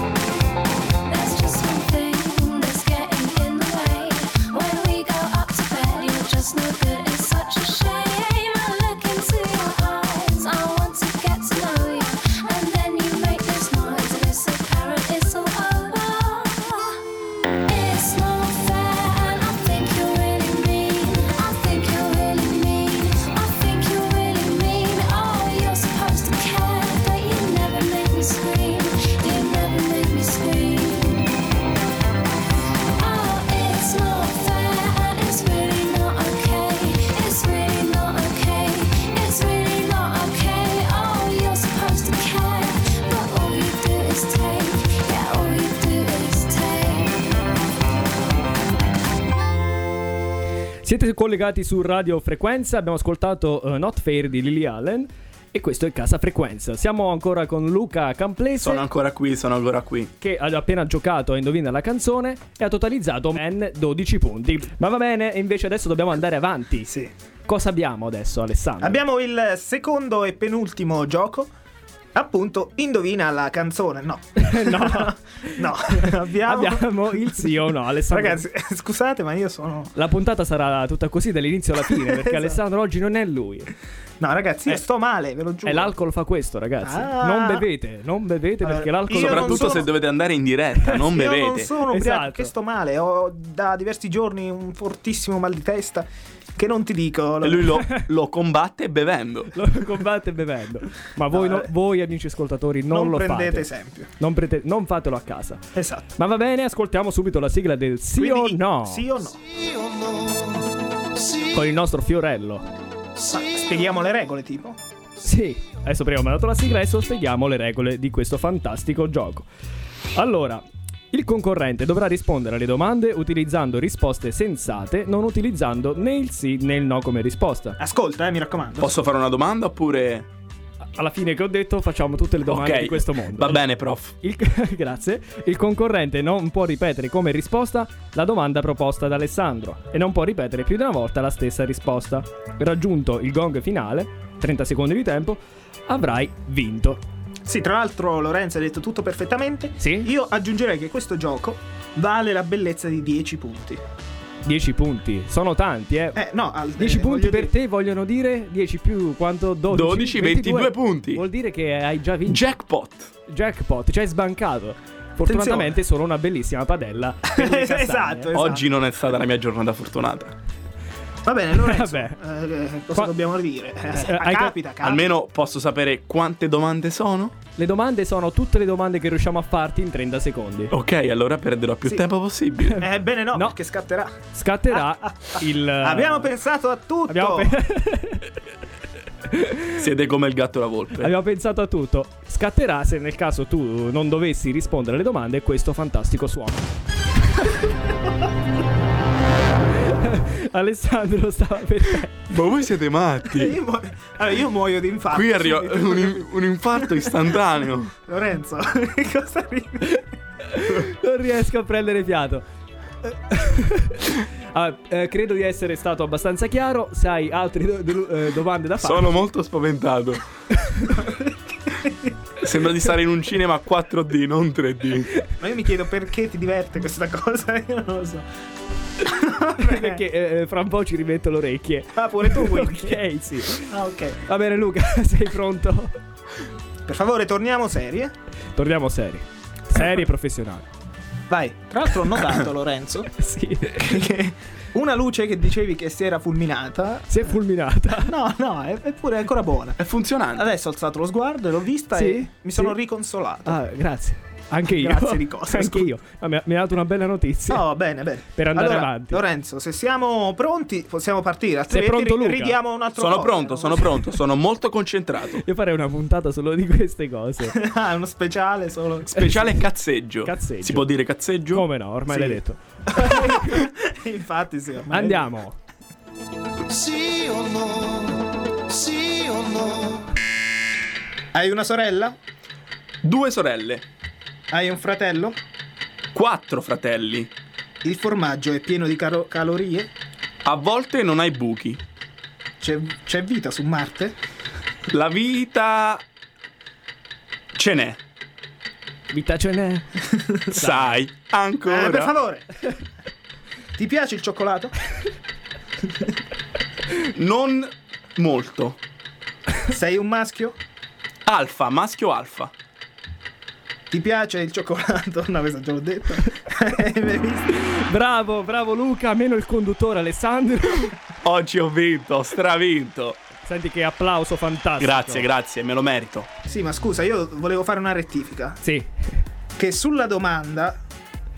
H: There's just one thing that's getting in the way. When we go up to bed, you're just no good. It's such a shame. I look into your eyes. I want to get to know you, and then you make this noise, and it's apparent it's all over. It's not fair, and I think you're really mean. I think you're really mean. I think you're really mean. Oh, you're supposed to care, but you never make me scream. You never make me scream. Oh, it's not fair, and it's really not okay. It's really not okay. It's really not okay. Oh, you're supposed to care, but all you do is take. Yeah, all you do is take.
E: Siete collegati su Radio Frequenza, abbiamo ascoltato eh, Not Fair di Lily Allen E questo è Casa Frequenza. Siamo ancora con Luca Camplese.
I: Sono ancora qui, sono ancora qui.
E: che ha appena giocato a Indovina la canzone e ha totalizzato ben 12 punti. Ma va bene, invece adesso dobbiamo andare avanti.
D: Sì.
E: Cosa abbiamo adesso, Alessandro?
D: Abbiamo il secondo e penultimo gioco. Appunto, indovina la canzone. No, no, Eh, no. Abbiamo...
E: Abbiamo il sì o no, Alessandro.
D: Ragazzi, scusate, ma io sono.
E: La puntata sarà tutta così dall'inizio alla fine, perché
D: Esatto.
E: Alessandro oggi non è lui.
D: No, ragazzi, io sto male, ve lo giuro.
E: E l'alcol fa questo, ragazzi.
D: Ah.
E: Non bevete, non bevete
D: Allora,
E: perché l'alcol
D: io non
I: Soprattutto
D: sono- Eh,
I: se dovete andare in diretta, non
D: Io
I: bevete.
D: non sono ubriaco,
E: Eh, Esatto.
D: che sto male. Ho da diversi giorni un fortissimo mal di testa. Che non ti dico.
I: E lui lo, lo combatte bevendo.
E: lo combatte bevendo. Ma voi,
D: No,
E: no-
D: vabbè.
E: voi, amici ascoltatori, non,
D: Non
E: lo
D: prendete
E: fate.
D: esempio.
E: Non, prete- non fatelo a casa.
D: Esatto.
E: Ma va bene, ascoltiamo subito la sigla del sì
D: Quindi,
E: o no.
D: Sì o no?
E: Con il nostro Fiorello.
D: Ma spieghiamo le regole, tipo.
E: Sì, adesso prima mi ha dato la sigla, adesso spieghiamo le regole di questo fantastico gioco. Allora, il concorrente dovrà rispondere alle domande utilizzando risposte sensate, non utilizzando né il sì né il no come risposta.
D: Ascolta, eh, mi raccomando.
I: Posso fare una domanda oppure.
E: Alla fine che ho detto facciamo tutte le domande
I: ok,
E: di questo mondo.
I: Va bene, prof.
E: Il- grazie. Il concorrente non può ripetere come risposta la domanda proposta da Alessandro e non può ripetere più di una volta la stessa risposta. Raggiunto il gong finale, 30 secondi di tempo, avrai vinto.
D: Sì, tra l'altro Lorenzo ha detto tutto perfettamente.
E: Sì?
D: Io aggiungerei che questo gioco vale la bellezza di 10 punti.
E: 10 punti, sono tanti, eh.
D: Eh, no, al-
E: 10
D: eh,
E: punti
D: voglio
E: per
D: dire-
E: te vogliono dire 10 più quanto 12
I: 12, 22 punti.
E: Vuol dire che hai già vinto
I: Jackpot.
E: jackpot, cioè hai sbancato. Fortunatamente solo una bellissima padella. per le castagne.
D: esatto, esatto.
I: Oggi non è stata la mia giornata fortunata.
D: Va bene, Lorenzo.
E: Vabbè.
D: eh, cosa
E: Qua-
D: dobbiamo dire? Eh,
E: Eh,
D: ah,
E: hai cap-
D: capita, capita.
I: Almeno posso sapere quante domande sono?
E: Le domande sono tutte le domande che riusciamo a farti in 30 secondi.
I: Ok, allora perderò più
D: Sì.
I: tempo possibile.
D: Ebbene no,
E: No.
D: perché scatterà. Ah,
E: Scatterà il
D: Abbiamo pensato a tutto.
E: Abbiamo pe-
I: Siete come il gatto e la volpe.
E: abbiamo pensato a tutto. Scatterà se nel caso tu non dovessi rispondere alle domande questo fantastico suono. Alessandro stava per te.
I: Ma voi siete matti.
D: Eh, Io, mu- allora, io muoio di infarto.
I: Qui arriva
D: subito.
I: un, un infarto istantaneo.
D: Lorenzo, cosa ridi?
E: Non riesco a prendere fiato. Ah, eh, credo di essere stato abbastanza chiaro. Se hai altre do- do- eh, domande da fare,
I: Sono molto spaventato. Sembra di stare in un cinema 4D, non 3D.
D: Ma io mi chiedo perché ti diverte questa cosa, io non lo so.
E: perché eh, fra un po' ci rimetto le orecchie.
D: Ah, pure tu quindi.
E: ok, sì.
D: Ah, ok.
E: Va bene, Luca, sei pronto?
D: Per favore, torniamo serie.
E: Torniamo seri. Seri e professionali.
D: Vai. Tra l'altro ho notato, Lorenzo,
E: Sì.
D: che una luce che dicevi che si era fulminata...
E: Si è fulminata.
D: No, no, è- eppure è ancora buona.
I: È funzionante.
D: Adesso ho alzato lo sguardo e l'ho vista
E: Sì?
D: e mi sono
E: Sì.
D: riconsolato.
E: Ah, grazie. Anche io.
D: Grazie di cosa,
E: Anche
D: scusa.
E: io. Ah, mi, ha, mi ha dato una bella notizia.
D: No, bene, bene.
E: Per andare
D: Allora,
E: avanti.
D: Lorenzo, se siamo pronti, possiamo partire. Altrimenti
E: pronto,
D: ri-
E: Luca?
D: ridiamo un altro
I: Sono
D: po'.
I: pronto, sono pronto, sono molto concentrato.
E: Io farei una puntata solo di queste cose.
D: ah, è uno speciale solo.
I: Speciale cazzeggio.
E: Cazzeggio.
I: Si può dire cazzeggio?
E: Come no, ormai
D: Sì.
E: l'hai detto.
D: Infatti, sì. ormai-
E: Andiamo.
D: Hai una sorella?
I: Due sorelle,
D: Hai un fratello?
I: quattro fratelli.
D: Il formaggio è pieno di caro- calorie?
I: A volte non hai buchi.
D: C'è, c'è vita su Marte?
I: La vita ce n'è.
E: Vita ce n'è.
I: Sai, ancora.
D: Eh, per favore! Ti piace il cioccolato?
I: Non molto.
D: Sei un maschio?
I: Alfa, maschio alfa.
D: Ti piace il cioccolato? No, questo te l'ho detto. Eh, Hai visto?
E: Bravo, bravo Luca, meno il conduttore Alessandro.
I: Oggi ho vinto, ho stravinto.
E: Senti che applauso fantastico.
I: Grazie, grazie, me lo merito.
D: Sì, ma scusa, io volevo fare una rettifica.
E: Sì.
D: Che sulla domanda...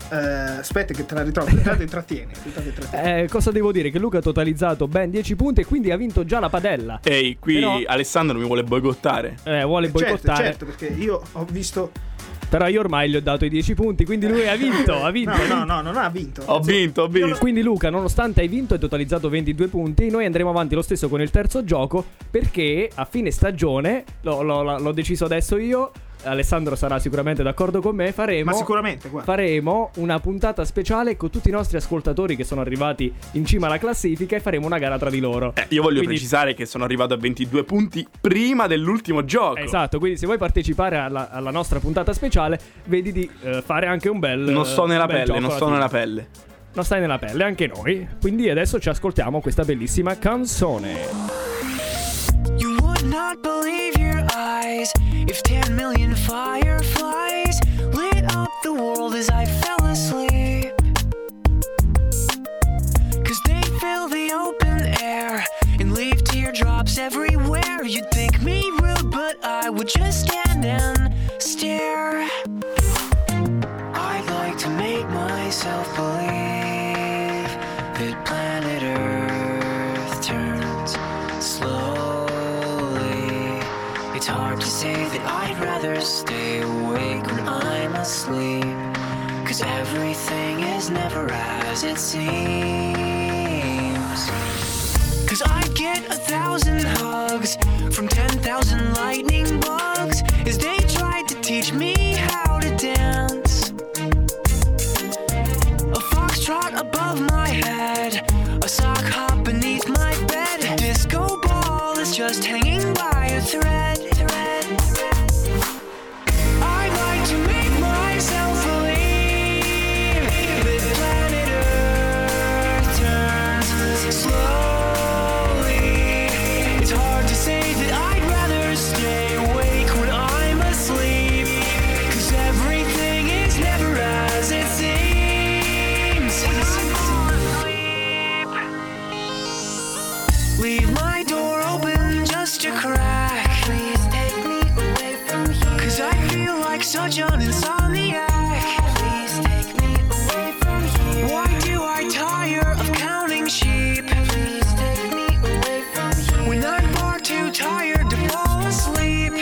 D: eh, aspetta che te la ritrovo, intanto intrattieni. intanto intrattieni.
E: Eh, cosa devo dire? Che Luca ha totalizzato ben 10 punti e quindi ha vinto già la padella.
I: Ehi, qui
E: Però-
I: Alessandro mi vuole boicottare.
E: Eh, vuole
D: Eh, Certo,
E: boicottare.
D: certo, perché io ho visto
E: Però io ormai gli ho dato i 10 punti, quindi lui ha vinto. Ha vinto.
D: No, no, no, non ha vinto.
I: Ho vinto, ho vinto.
E: Quindi Luca, nonostante hai vinto e totalizzato 22 punti, noi andremo avanti lo stesso con il terzo gioco perché a fine stagione, l'ho, l'ho- l'ho deciso adesso io, Alessandro sarà sicuramente d'accordo con me, faremo...
D: Ma sicuramente, guarda.
E: Faremo una puntata speciale con tutti i nostri ascoltatori che sono arrivati in cima alla classifica e faremo una gara tra di loro.
I: Eh, Io voglio
E: Quindi-
I: precisare che sono arrivato a 22 punti prima dell'ultimo gioco.
E: Esatto, quindi se vuoi partecipare alla, alla nostra puntata speciale, vedi di eh, fare anche un bel.
I: Non sto
E: eh,
I: nella
E: bel
I: pelle,
E: gioco
I: non
E: alla
I: sto
E: fine.
I: nella pelle.
E: Non stai nella pelle, anche noi. Quindi adesso ci ascoltiamo questa bellissima canzone.
N: You would not believe your eyes if 10 million fireflies lit up the world as I fell asleep. Cause they fill the open air and leave teardrops everywhere. You'd think me rude, but I would just stand and stare. I'd like to make myself believe that planet Earth turns slowly. It's hard to say that I'd rather stay awake when I'm asleep. Cause everything is never as it seems. Cause I get a thousand hugs from 10,000 lightning bugs as they tried to teach me how to dance. A foxtrot above my head, a sock hop beneath my bed. A disco ball is just hanging by a thread. thread. I like to make myself believe that planet Earth turns slowly. It's hard to say that I'd rather stay awake when I'm asleep. Cause everything is never as it seems. Leave my door open just a crack. Please take me away from here. Cause I feel like such an insomniac. Please take me away from here. Why do I tire of counting sheep? Please take me away from here. When I'm far too tired to fall asleep.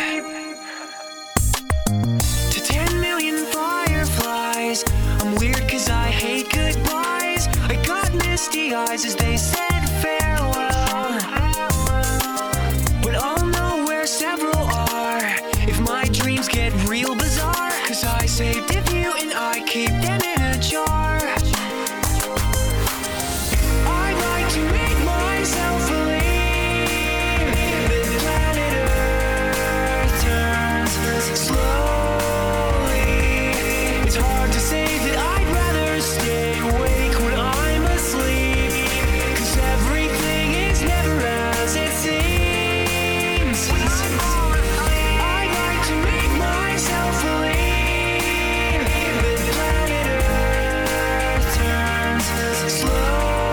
N: To 10 million fireflies. I'm weird cause I hate goodbyes. I got misty eyes as they said farewell. But I'll know where several are if my dreams get real bizarre. Cause I saved a few and I keep them in a jar. I like to make myself believe that planet Earth turns slowly. It's hard to say that I'd rather stay awake when I'm asleep. Cause everything is never as it seems. I like to make myself believe that planet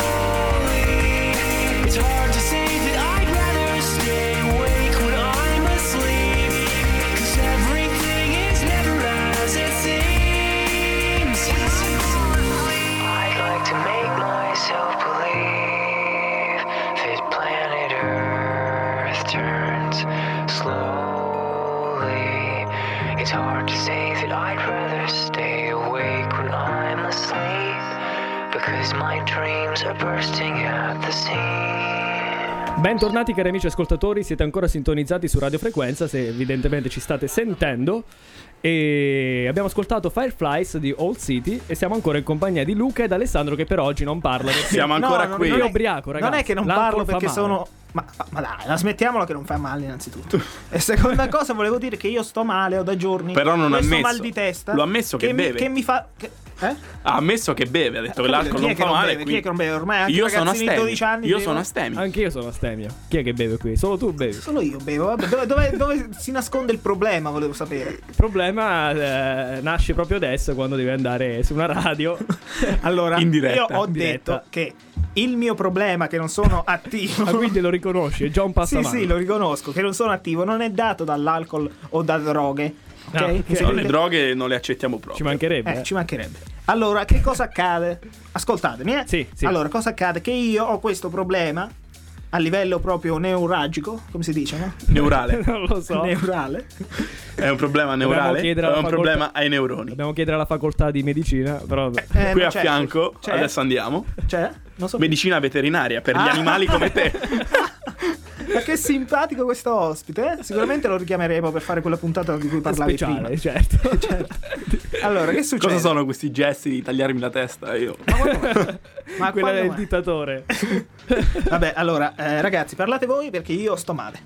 N: Earth turns slowly. It's hard to say that I'd rather stay awake when I'm asleep. Cause everything is never as it seems. I'd like to make myself believe that planet Earth turns slowly. It's hard to say that I'd rather stay awake when I'm asleep. Because my dreams are bursting at the seams.
E: Bentornati cari amici ascoltatori, siete ancora sintonizzati su Radio Frequenza, se evidentemente ci state sentendo. E abbiamo ascoltato Fireflies di Old City e siamo ancora in compagnia di Luca ed Alessandro che per oggi non parla. perché-
D: No, non-
E: Io
D: Non è,
E: sono ubriaco, ragazzi.
D: non è che non
E: L'alcol
D: parlo
E: fa
D: perché
E: male.
D: sono. Ma, ma- ma dai, la smettiamola che non fa male, innanzitutto. e seconda cosa, volevo dire che io sto male, ho da giorni.
I: Però non ha
D: questo
I: ammesso.
D: mal di testa.
I: Lo ha ammesso che
D: mi,
I: beve.
D: Che mi fa. che- eh?
I: Ha ammesso che beve, ha detto che
D: Capito,
I: l'alcol
D: chi è
I: non
D: che
I: fa
D: non
I: male.
D: beve?
I: quindi-
D: Chi è che non beve? Ormai eh, anche
I: io
D: i
I: sono
D: ragazzini di
I: astemio.
D: 12 anni
I: Io
D: bevono.
I: sono astemio.
E: Anch'io sono astemio. Chi è che beve qui? Solo tu bevi.
D: Solo io bevo. Vabbè, dove, dove- dove si nasconde il problema? Volevo sapere.
E: Il problema eh, nasce proprio adesso quando devi andare su una radio.
D: allora,
E: in diretta.
D: Io ho detto che il mio problema, che non sono attivo.
E: Ah, quindi lo riconosci, è già un passo
D: Sì,
E: avanti.
D: sì, lo riconosco, che non sono attivo, non è dato dall'alcol o da droghe. Ok?
E: Ah,
I: No,
D: Mi
I: le
D: seguite?
I: droghe non le accettiamo proprio.
D: Eh, ci mancherebbe. Allora, che cosa accade? Ascoltatemi, eh. Allora, cosa accade? Che io ho questo problema a livello proprio neuralgico, come si dice, no?
I: Neurale.
E: non lo so.
D: Neurale.
I: È un problema
E: Dobbiamo
I: neurale, è un
E: chiedere alla facoltà-
I: problema ai neuroni.
E: Dobbiamo chiedere alla facoltà di medicina, però vabbè.
D: Eh,
I: Qui
D: ma
I: a
D: c'è-
I: fianco,
D: c'è?
I: adesso andiamo.
D: Cioè, non so
I: Medicina veterinaria per gli
D: Ah.
I: animali come te.
D: Ma che simpatico questo ospite, eh? Sicuramente lo richiameremo per fare quella puntata di cui parlavi
I: Speciale,
D: prima.
E: certo.
D: Allora, che succede?
I: Cosa sono questi gesti di tagliarmi la testa io?
D: Ma
E: Quella
D: quando
E: del
D: mai?
E: dittatore.
D: Vabbè, allora, eh, ragazzi, parlate voi perché io sto male.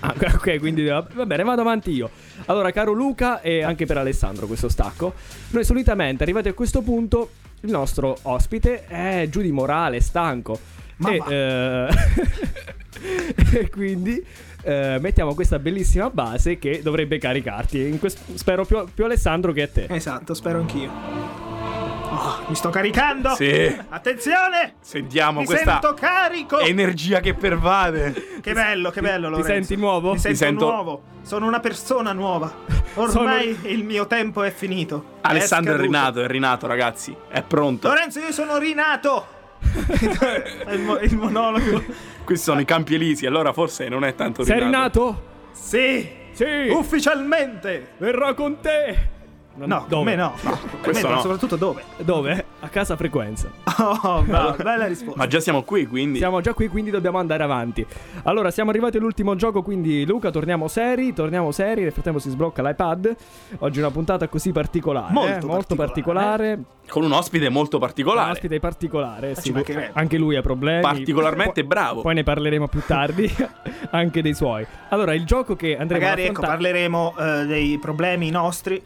E: Ah, ok, quindi va va bene, vado avanti io. Allora, caro Luca e anche per Alessandro questo stacco, noi solitamente arrivati a questo punto il nostro ospite è giù di morale, stanco. E, eh, e quindi eh, mettiamo questa bellissima base che dovrebbe caricarti. In quest- spero più, più Alessandro che a te.
D: Esatto, spero anch'io. Oh, mi sto caricando.
I: Sì.
D: Attenzione!
I: Sentiamo
D: mi
I: questa
D: sento carico.
I: energia che pervade.
D: che bello, Oh, che bello,
I: Ti
D: Lorenzo.
I: senti nuovo?
D: Mi
I: Mi
D: sento,
I: sento-
D: nuovo. Sono una persona nuova. Ormai il mio tempo è finito.
I: Alessandro
D: È
I: è
D: scaduto.
I: rinato, è rinato ragazzi, è pronto.
D: Lorenzo, io sono rinato. Eh, il, mo- il monologo.
I: Questi sono i campi elisi, allora forse non è tanto rinato.
E: rinato?
D: Sì.
E: Sì.
D: Ufficialmente.
E: Verrò con te.
D: No, con me no. No, con
I: questo
D: me
I: no.
D: Eh, Soprattutto dove?
E: Dove? A casa frequenza.
D: Oh, bella, bella risposta.
I: Ma già siamo qui, quindi
E: Ecco. Siamo già qui, quindi dobbiamo andare avanti. Allora, siamo arrivati all'ultimo gioco, quindi Luca, torniamo seri, torniamo seri. Nel frattempo si sblocca l'iPad. Oggi è una puntata così particolare.
I: Molto
E: eh, molto particolare.
I: con un ospite molto
E: Un
I: particolare,
E: ospite
D: Eh,
E: particolare, sì,
I: ci mancherebbe.
E: anche lui ha problemi.
I: particolarmente
E: Poi-
I: bravo.
E: Poi ne parleremo più tardi, anche dei suoi. Allora, il gioco che andremo
D: Magari
E: ad
D: ecco,
E: affrontare...
D: parleremo eh, dei problemi nostri.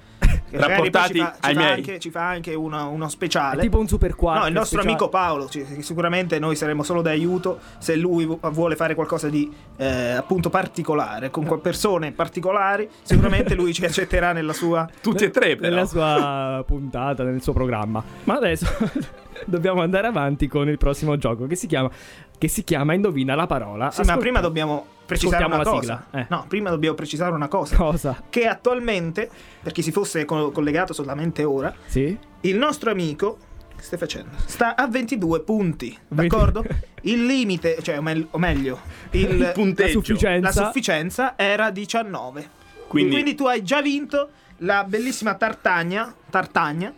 D: che magari poi
I: Rapportati
D: ci fa, ci
I: ai
D: fa
I: miei.
D: Anche, ci fa anche una- uno speciale.
E: È tipo un super quark
D: No, il nostro
E: speciale.
D: amico Paolo. ci- che sicuramente noi saremo solo d'aiuto se lui vu- vuole fare qualcosa di eh, appunto particolare.
E: Eh.
D: Con que- persone particolari, sicuramente lui ci accetterà nella sua.
I: Tutti e tre però.
E: nella sua puntata, nel suo programma. Ma adesso dobbiamo andare avanti con il prossimo gioco che si chiama, che si chiama Indovina la parola.
D: Sì,
E: Ascolta-
D: ma prima dobbiamo precisare
E: ascoltiamo
D: una
E: la
D: cosa.
E: sigla, eh.
D: No, prima dobbiamo precisare una cosa.
E: Cosa?
D: Che attualmente, per chi si fosse co- collegato solamente ora,
E: Sì?
D: Il nostro amico che stai facendo? Sta a 22 punti, d'accordo? Il limite, cioè, o, mel- o meglio, il,
I: Il punteggio. La
E: sufficienza.
D: la sufficienza era 19. Quindi,
I: Quindi-
D: tu hai già vinto la bellissima tartagna, tartagna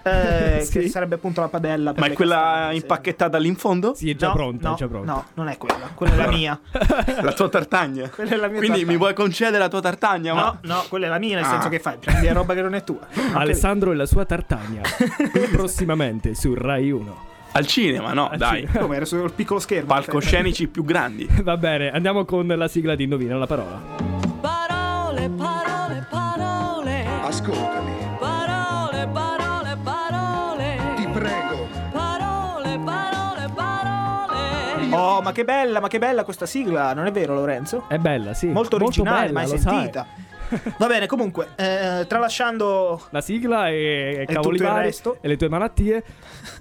D: eh,
E: Sì.
D: che sarebbe appunto la padella. Per
I: Ma è
D: le
I: quella
D: castagne, sì.
I: impacchettata lì in fondo?
E: Sì, è già
D: No,
E: pronta,
D: no,
E: è già pronta.
D: No, non è quella, quella è la mia.
I: La tua tartagna.
D: Quella è la mia
I: Quindi mi
D: tartagna.
I: vuoi concedere la tua tartagna? ma-
D: No, no, quella è la mia, nel
I: Ah.
D: senso che fai, prendi la roba che non è tua.
E: Alessandro e la sua tartagna. prossimamente su Rai 1.
I: Al cinema, no, dai.
D: Come era sul piccolo schermo?
I: Palcoscenici più grandi.
E: Va bene, andiamo con la sigla di Indovina la parola.
N: Parole, parole, parole. Ascoltami. Parole, parole, parole. Ti prego. Parole, parole, parole.
D: Oh, ma che bella, ma che bella questa sigla, non è vero Lorenzo?
E: È bella, sì.
D: molto originale,
E: bella,
D: mai
E: lo
D: sentita.
E: sai.
D: Va bene, comunque, eh, tralasciando
E: La sigla e, e
D: tutto
E: cavoli
D: il
E: vari
D: resto.
E: e le tue malattie.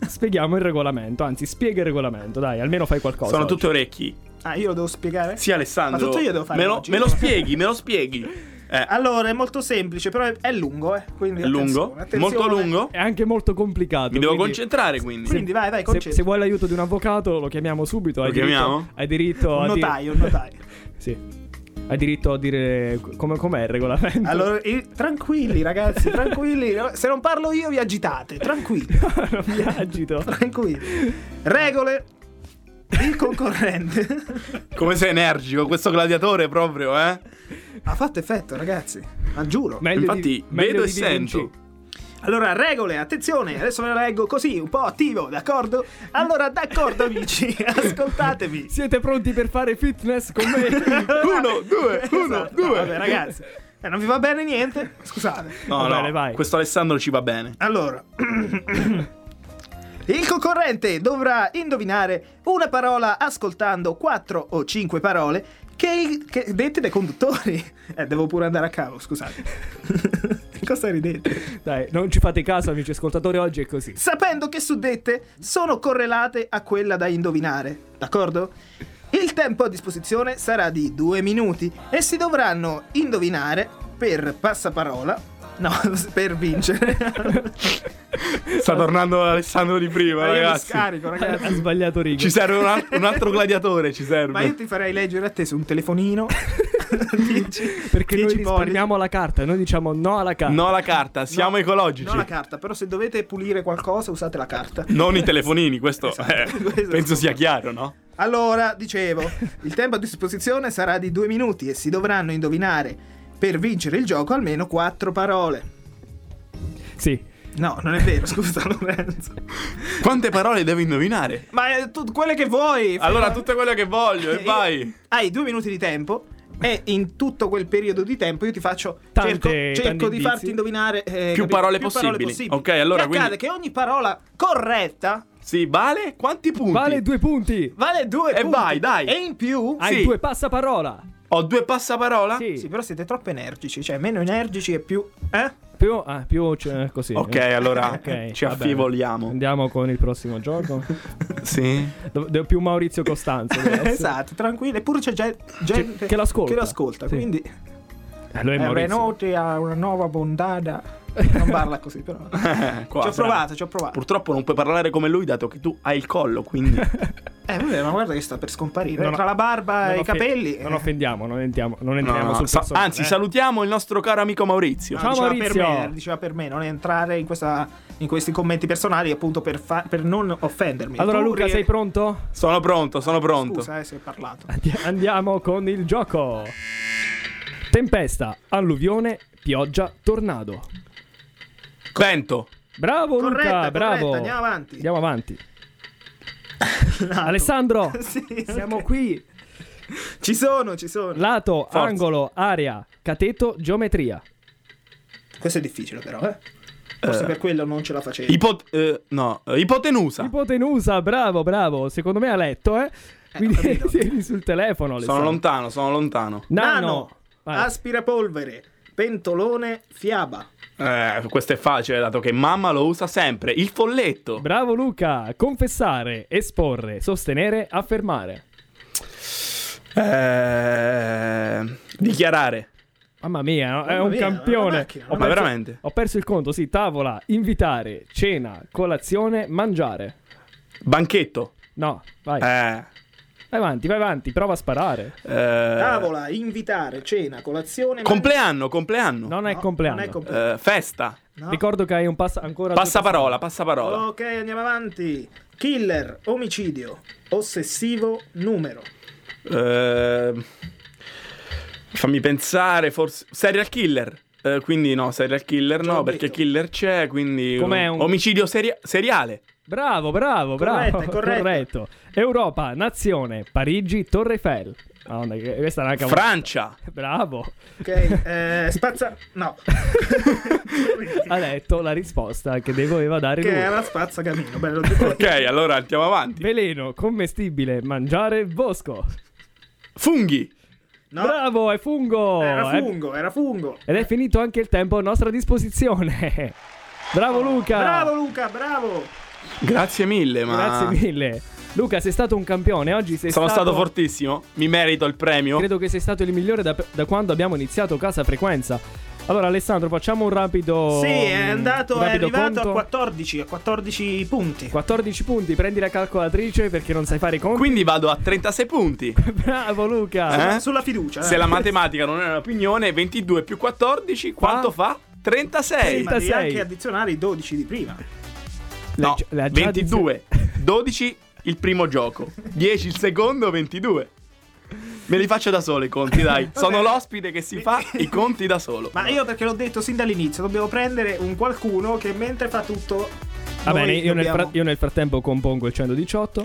E: Spieghiamo il regolamento, anzi spiega il regolamento, dai, almeno fai qualcosa.
I: Sono
E: oggi.
I: tutti orecchi.
D: Ah, io lo devo spiegare?
I: Sì, Alessandro.
D: Ma tutto io devo fare
I: Me lo,
D: oggi?
I: me lo spieghi, me lo spieghi. Eh,
D: Allora, è molto semplice, però è- è lungo, eh. Quindi
I: è lungo,
D: attenzione, attenzione.
I: molto lungo.
E: È anche molto complicato.
I: Mi devo
E: quindi-
I: concentrare quindi.
D: Quindi vai, vai,
E: se,
D: concedi.
E: se vuoi l'aiuto di un avvocato lo chiamiamo subito. hai diritto-
I: chiamiamo?
E: hai
D: Un
E: diritto a dire-
D: notaio, un notaio.
E: Sì. Hai diritto a dire come, com'è il regolamento.
D: Allora, eh, tranquilli ragazzi, tranquilli. Se non parlo io vi agitate, tranquilli,
E: Non mi agito.
D: tranquilli. Regole. Il concorrente
I: Come sei energico, questo gladiatore proprio, eh?
D: ha fatto effetto, ragazzi. Ma giuro.
E: Meglio
I: Infatti,
E: di- meglio
I: vedo e
E: di Da Vinci.
I: sento.
D: Allora, regole, attenzione, adesso ve le leggo così, un po' attivo, d'accordo? Allora, d'accordo amici, ascoltatevi.
E: Siete pronti per fare fitness con me?
I: Uno, due, uno,
D: Esatto.
I: due.
D: Vabbè, ragazzi, eh, non vi va bene niente? Scusate.
I: No,
E: Va
I: no,
E: bene, vai.
I: questo Alessandro ci va bene.
D: Allora, il concorrente dovrà indovinare una parola ascoltando 4 o 5 parole che, il- che- dette dai conduttori. Eh, devo pure andare a cavo, scusate. Cosa ridete?
E: Dai, non ci fate caso, amici ascoltatori, oggi è così.
D: Sapendo che suddette sono correlate a quella da indovinare, d'accordo? Il tempo a disposizione sarà di 2 minuti e si dovranno indovinare per passaparola No, per vincere.
I: Sta tornando Alessandro di prima,
D: Ma io mi
I: ragazzi.
D: scarico, ragazzi. Ha
E: sbagliato riga.
I: Ci serve un, al- un altro gladiatore, ci serve.
D: Ma io ti farei leggere a te su un telefonino.
E: Perché noi
D: Dieci pollici.
E: risparmiamo alla carta, noi diciamo no alla carta.
I: No alla carta, siamo ecologici.
D: No, la carta, però se dovete pulire qualcosa usate la carta.
I: Non i telefonini, questo
D: Esatto.
I: eh, penso sia chiaro, no?
D: Allora, dicevo, il tempo a disposizione sarà di due minuti e si dovranno indovinare per vincere il gioco almeno quattro parole.
E: Sì.
D: No, non è vero, scusa Lorenzo.
I: Quante parole devo indovinare?
D: Ma eh, tu- quelle che vuoi.
I: Allora, tutte quelle che voglio, e
D: Io-
I: vai.
D: Hai due minuti di tempo e in tutto quel periodo di tempo io ti faccio...
I: Tante-
D: cerco cerco
I: tanti
D: di
I: indizi.
D: farti indovinare... eh,
I: Più
D: capito?
I: parole
D: Più
I: possibili. Ok, allora,
D: Che accade
I: quindi-
D: che ogni parola corretta
I: Sì, vale quanti punti?
E: Vale due punti.
D: vale due
I: E
D: punti.
I: vai, dai.
D: E in più...
E: Hai
I: Sì.
E: due passaparola.
I: Ho due passaparola?
E: Sì.
D: Sì, però siete troppo energici, cioè meno energici e più... Eh?
E: Più, ah, più cioè, così.
I: Ok, allora
E: Ok,
I: ci
E: va bene.
I: affivoliamo.
E: Andiamo con il prossimo gioco.
I: Sì.
E: Dov- dov- più Maurizio Costanzo. deve essere.
D: esatto, tranquillo. Eppure c'è gen- gente
E: che l'ascolta.
D: Che l'ascolta,
E: Sì.
D: quindi...
E: Eh, lo è
D: Eh,
E: Maurizio.
D: Renauti ha una nuova bondada. Non parla così, però.
I: Qua,
D: ci ho
I: bravo.
D: provato, ci ho provato.
I: Purtroppo non puoi parlare come lui, dato che tu hai il collo, quindi.
D: Eh, vabbè, ma guarda che sta per scomparire.
E: Non-
D: Tra la barba
E: non
D: e i
E: offe-
D: capelli. eh,
E: Non offendiamo, non entriamo, non
I: No,
E: entriamo
I: no,
E: sul
I: sa-
E: personaggio.
I: anzi,
E: eh.
I: salutiamo il nostro caro amico Maurizio.
D: No,
E: Ciao,
D: diceva Per
E: Maurizio.
D: me, eh, diceva per me, non entrare in, questa, in questi commenti personali appunto per, fa- per non offendermi.
E: Allora
D: Tu
E: Luca,
D: ri-
E: sei pronto?
I: Sono pronto, sono pronto.
D: Scusa, eh, se ho parlato.
E: Andi- Andiamo con il gioco. Tempesta, alluvione, pioggia, tornado.
I: Vento.
E: Bravo
D: Corretta,
E: Luca,
D: corretta,
E: bravo.
D: andiamo avanti.
E: Andiamo avanti. Alessandro,
D: Sì,
E: siamo
D: ok.
E: qui.
D: Ci sono, ci sono.
E: Lato, angolo, area, cateto, geometria.
D: Questo è difficile, però, eh. Forse per quello non ce la facevo.
I: Ipo- eh, no, eh, ipotenusa.
E: Ipotenusa, bravo, bravo. Secondo me ha letto, eh. Quindi tieni sul telefono,
I: sono
E: Alessandro.
I: lontano, sono lontano.
E: Nano. Vai.
D: aspirapolvere, pentolone, fiaba.
I: Eh, questo è facile, dato che mamma lo usa sempre. Il folletto.
E: Bravo Luca, confessare, esporre, sostenere, affermare.
I: Eh, dichiarare.
E: Mamma mia, Eh, no? è
D: Mamma
E: un
D: mia, una
E: campione.
D: macchina,
E: Ho
I: Ma veramente?
E: Ho perso il conto, sì, tavola, invitare, cena, colazione, mangiare.
I: Banchetto.
E: No, vai.
I: Eh,
E: Vai avanti, vai avanti, prova a sparare.
I: eh,
D: Tavola, invitare, cena, colazione.
I: compleanno, compleanno.
E: Non è
D: No,
E: compleanno.
D: non è compleanno.
I: Eh, festa.
D: No.
E: Ricordo che hai un passa ancora due
I: Passaparola, passaparola.
D: Ok, andiamo avanti. Killer, omicidio, ossessivo, numero.
I: Eh, fammi pensare, forse. Serial killer. Eh, quindi no, serial killer
D: l'ho
I: no, perché
D: detto.
I: killer c'è, quindi.
E: Com'è un-
I: Omicidio seria- seriale.
E: Bravo, bravo, bravo.
D: Corretto, è corretto.
E: Europa, nazione, Parigi, Torre Eiffel. Madonna, che- questa è una cavolo.
I: Francia.
E: Bravo.
D: Ok, eh, spazza... No.
E: Ha letto la risposta che doveva dare
D: che
E: lui.
D: era spazza camino. Bello.
I: Ok, allora andiamo avanti.
E: Veleno, commestibile, mangiare, bosco.
I: Funghi.
D: No,
E: Bravo, è fungo.
D: era
E: eh.
D: fungo, era fungo.
E: Ed è finito anche il tempo a nostra disposizione. Bravo Luca.
D: Bravo Luca, bravo.
I: Grazie mille, ma.
E: Grazie mille. Luca, sei stato un campione. Oggi sei
I: Sono stato
E: stato
I: fortissimo. Mi merito il premio.
E: Credo che sei stato il migliore da, da quando abbiamo iniziato Casa Frequenza. Allora, Alessandro, facciamo un rapido.
D: Sì, è
E: un
D: andato, è
E: Oh, rapido
D: arrivato
E: conto.
D: a 14, a 14 punti.
E: 14 punti. Prendi la calcolatrice perché non sai fare i conti.
I: Quindi vado a 36 punti.
E: Bravo, Luca.
I: Eh?
D: Sulla fiducia.
I: Se
D: eh.
I: la matematica non è un'opinione, 22 più 14, quanto fa? 36.
D: Prima di
E: 36.
D: anche addizionare i 12 di prima.
I: No,
E: l'ha già
I: 22. 12 il primo gioco, 10 il secondo, 22. Me li faccio da solo i conti, dai. Sono l'ospite che si fa i conti da solo.
D: Ma io perché l'ho detto sin dall'inizio, dobbiamo prendere un qualcuno che mentre fa tutto...
E: Va
D: noi
E: bene, io, nel
D: dobbiamo-
E: fra- io nel frattempo compongo il 118.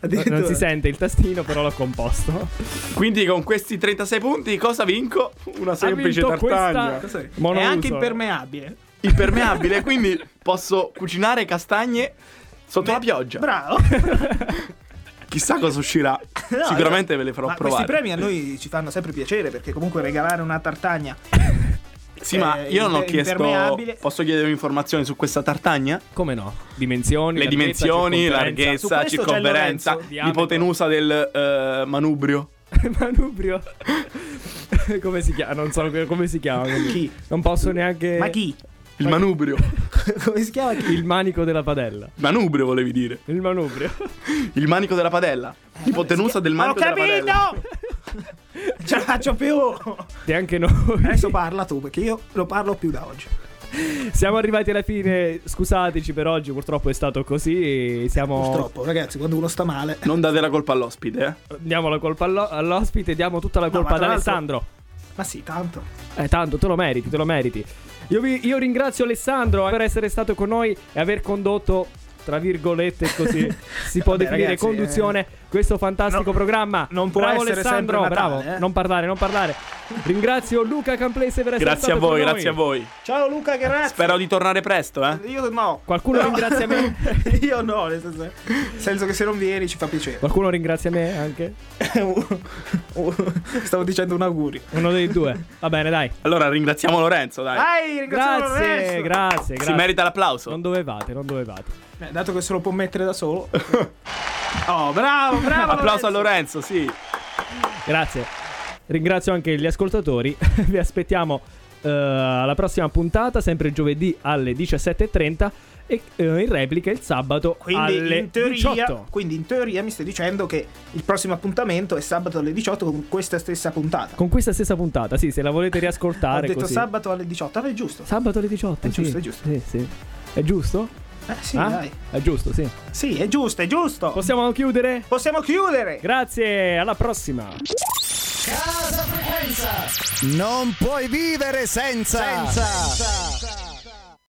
D: Addirittura.
E: non si sente il tastino, però l'ho composto.
I: Quindi con questi 36 punti cosa vinco? Una semplice
E: vinto
I: tartaglia.
E: questa-
D: Cos'è? È
E: Monouso.
D: anche impermeabile.
I: Impermeabile, quindi posso cucinare castagne sotto la pioggia.
D: Bravo.
I: Chissà cosa uscirà.
D: No,
I: Sicuramente
D: esatto.
I: ve le farò
D: Ma
I: provare.
D: Questi premi a noi ci fanno sempre piacere perché comunque regalare una tartagna
I: Sì, ma
D: eh,
I: io non ho
D: imper-
I: chiesto.
D: impermeabile.
I: Posso chiedere informazioni su questa tartagna?
E: Come no? Dimensioni,
I: Le
E: larghezza,
I: dimensioni,
E: circonferenza.
D: Su
I: larghezza,
D: questo c'è
I: circonferenza,
D: Lorenzo,
E: diametro.
I: ipotenusa del eh, manubrio.
E: Manubrio. come si chiama? Non so come si chiama. Chi? Non posso neanche.
I: Ma chi? Il manubrio.
E: come si chiama? Il manico della padella.
I: Manubrio volevi dire.
E: Il manubrio.
I: Il manico della padella.
D: Eh,
I: Tipo tenuta del manico della padella.
D: Non Ce la faccio più!
E: E anche noi.
D: Adesso parla tu, perché io lo parlo più da oggi.
E: Siamo arrivati alla fine. Scusateci per oggi, purtroppo è stato così. Siamo.
D: Purtroppo, ragazzi, quando uno sta male.
I: Non date la colpa all'ospite, eh.
E: Diamo la colpa allo- all'ospite, diamo tutta la
D: ma
E: colpa ad
D: tra l'altro-
E: Alessandro.
D: Ma sì, tanto.
E: Eh, tanto, te lo meriti, te lo meriti. Io, vi- io ringrazio Alessandro eh, per essere stato con noi e aver condotto, tra virgolette, così si può
D: Vabbè,
E: definire
D: ragazzi,
E: conduzione
D: eh,
E: questo fantastico programma.
D: non può
E: bravo
D: essere
E: Alessandro,
D: sempre Natale,
E: bravo.
D: eh.
E: Non parlare, non parlare. Ringrazio Luca Camplese per essere
I: Grazie a
E: stato con
I: voi,
E: noi.
I: grazie a voi. Eh,
D: Ciao Luca, grazie.
I: Spero di tornare presto, eh.
D: Io no.
E: Qualcuno
D: No.
E: ringrazia me.
D: Io no, nel senso, nel senso che se non vieni ci fa piacere. Oh,
E: Qualcuno ringrazia me anche?
D: Stavo dicendo un augurio.
E: Uno dei due. Va bene, dai.
I: Allora ringraziamo Lorenzo, dai.
D: Dai, ringraziamo
E: Grazie,
D: Lorenzo.
E: grazie,
I: Si
E: grazie.
I: merita l'applauso.
E: Non dovevate, non dovevate.
D: Eh, dato che se lo può mettere da solo. Oh, bravo, bravo.
I: Applauso a Lorenzo, sì.
E: Grazie. Ringrazio anche gli ascoltatori. Vi aspettiamo eh, alla prossima puntata, sempre giovedì alle 17.30 e eh, in replica il sabato alle
D: Quindi in, teoria,
E: 18.
D: quindi in teoria mi stai dicendo che il prossimo appuntamento è sabato alle 18 con questa stessa puntata.
E: Con questa stessa puntata, sì, se la volete
D: Ho
E: riascoltare
D: detto
E: così.
D: sabato alle 18, ah, è giusto.
E: Sabato alle 18.
D: È
E: sì.
D: giusto, è giusto.
E: Sì, sì. È giusto?
D: Eh sì,
E: Ah?
D: dai.
E: È giusto, sì.
D: Sì, è giusto, è giusto.
E: Possiamo chiudere?
D: Possiamo chiudere.
E: Grazie, alla prossima.
C: Casa Frequenza!
A: Non puoi vivere senza. senza.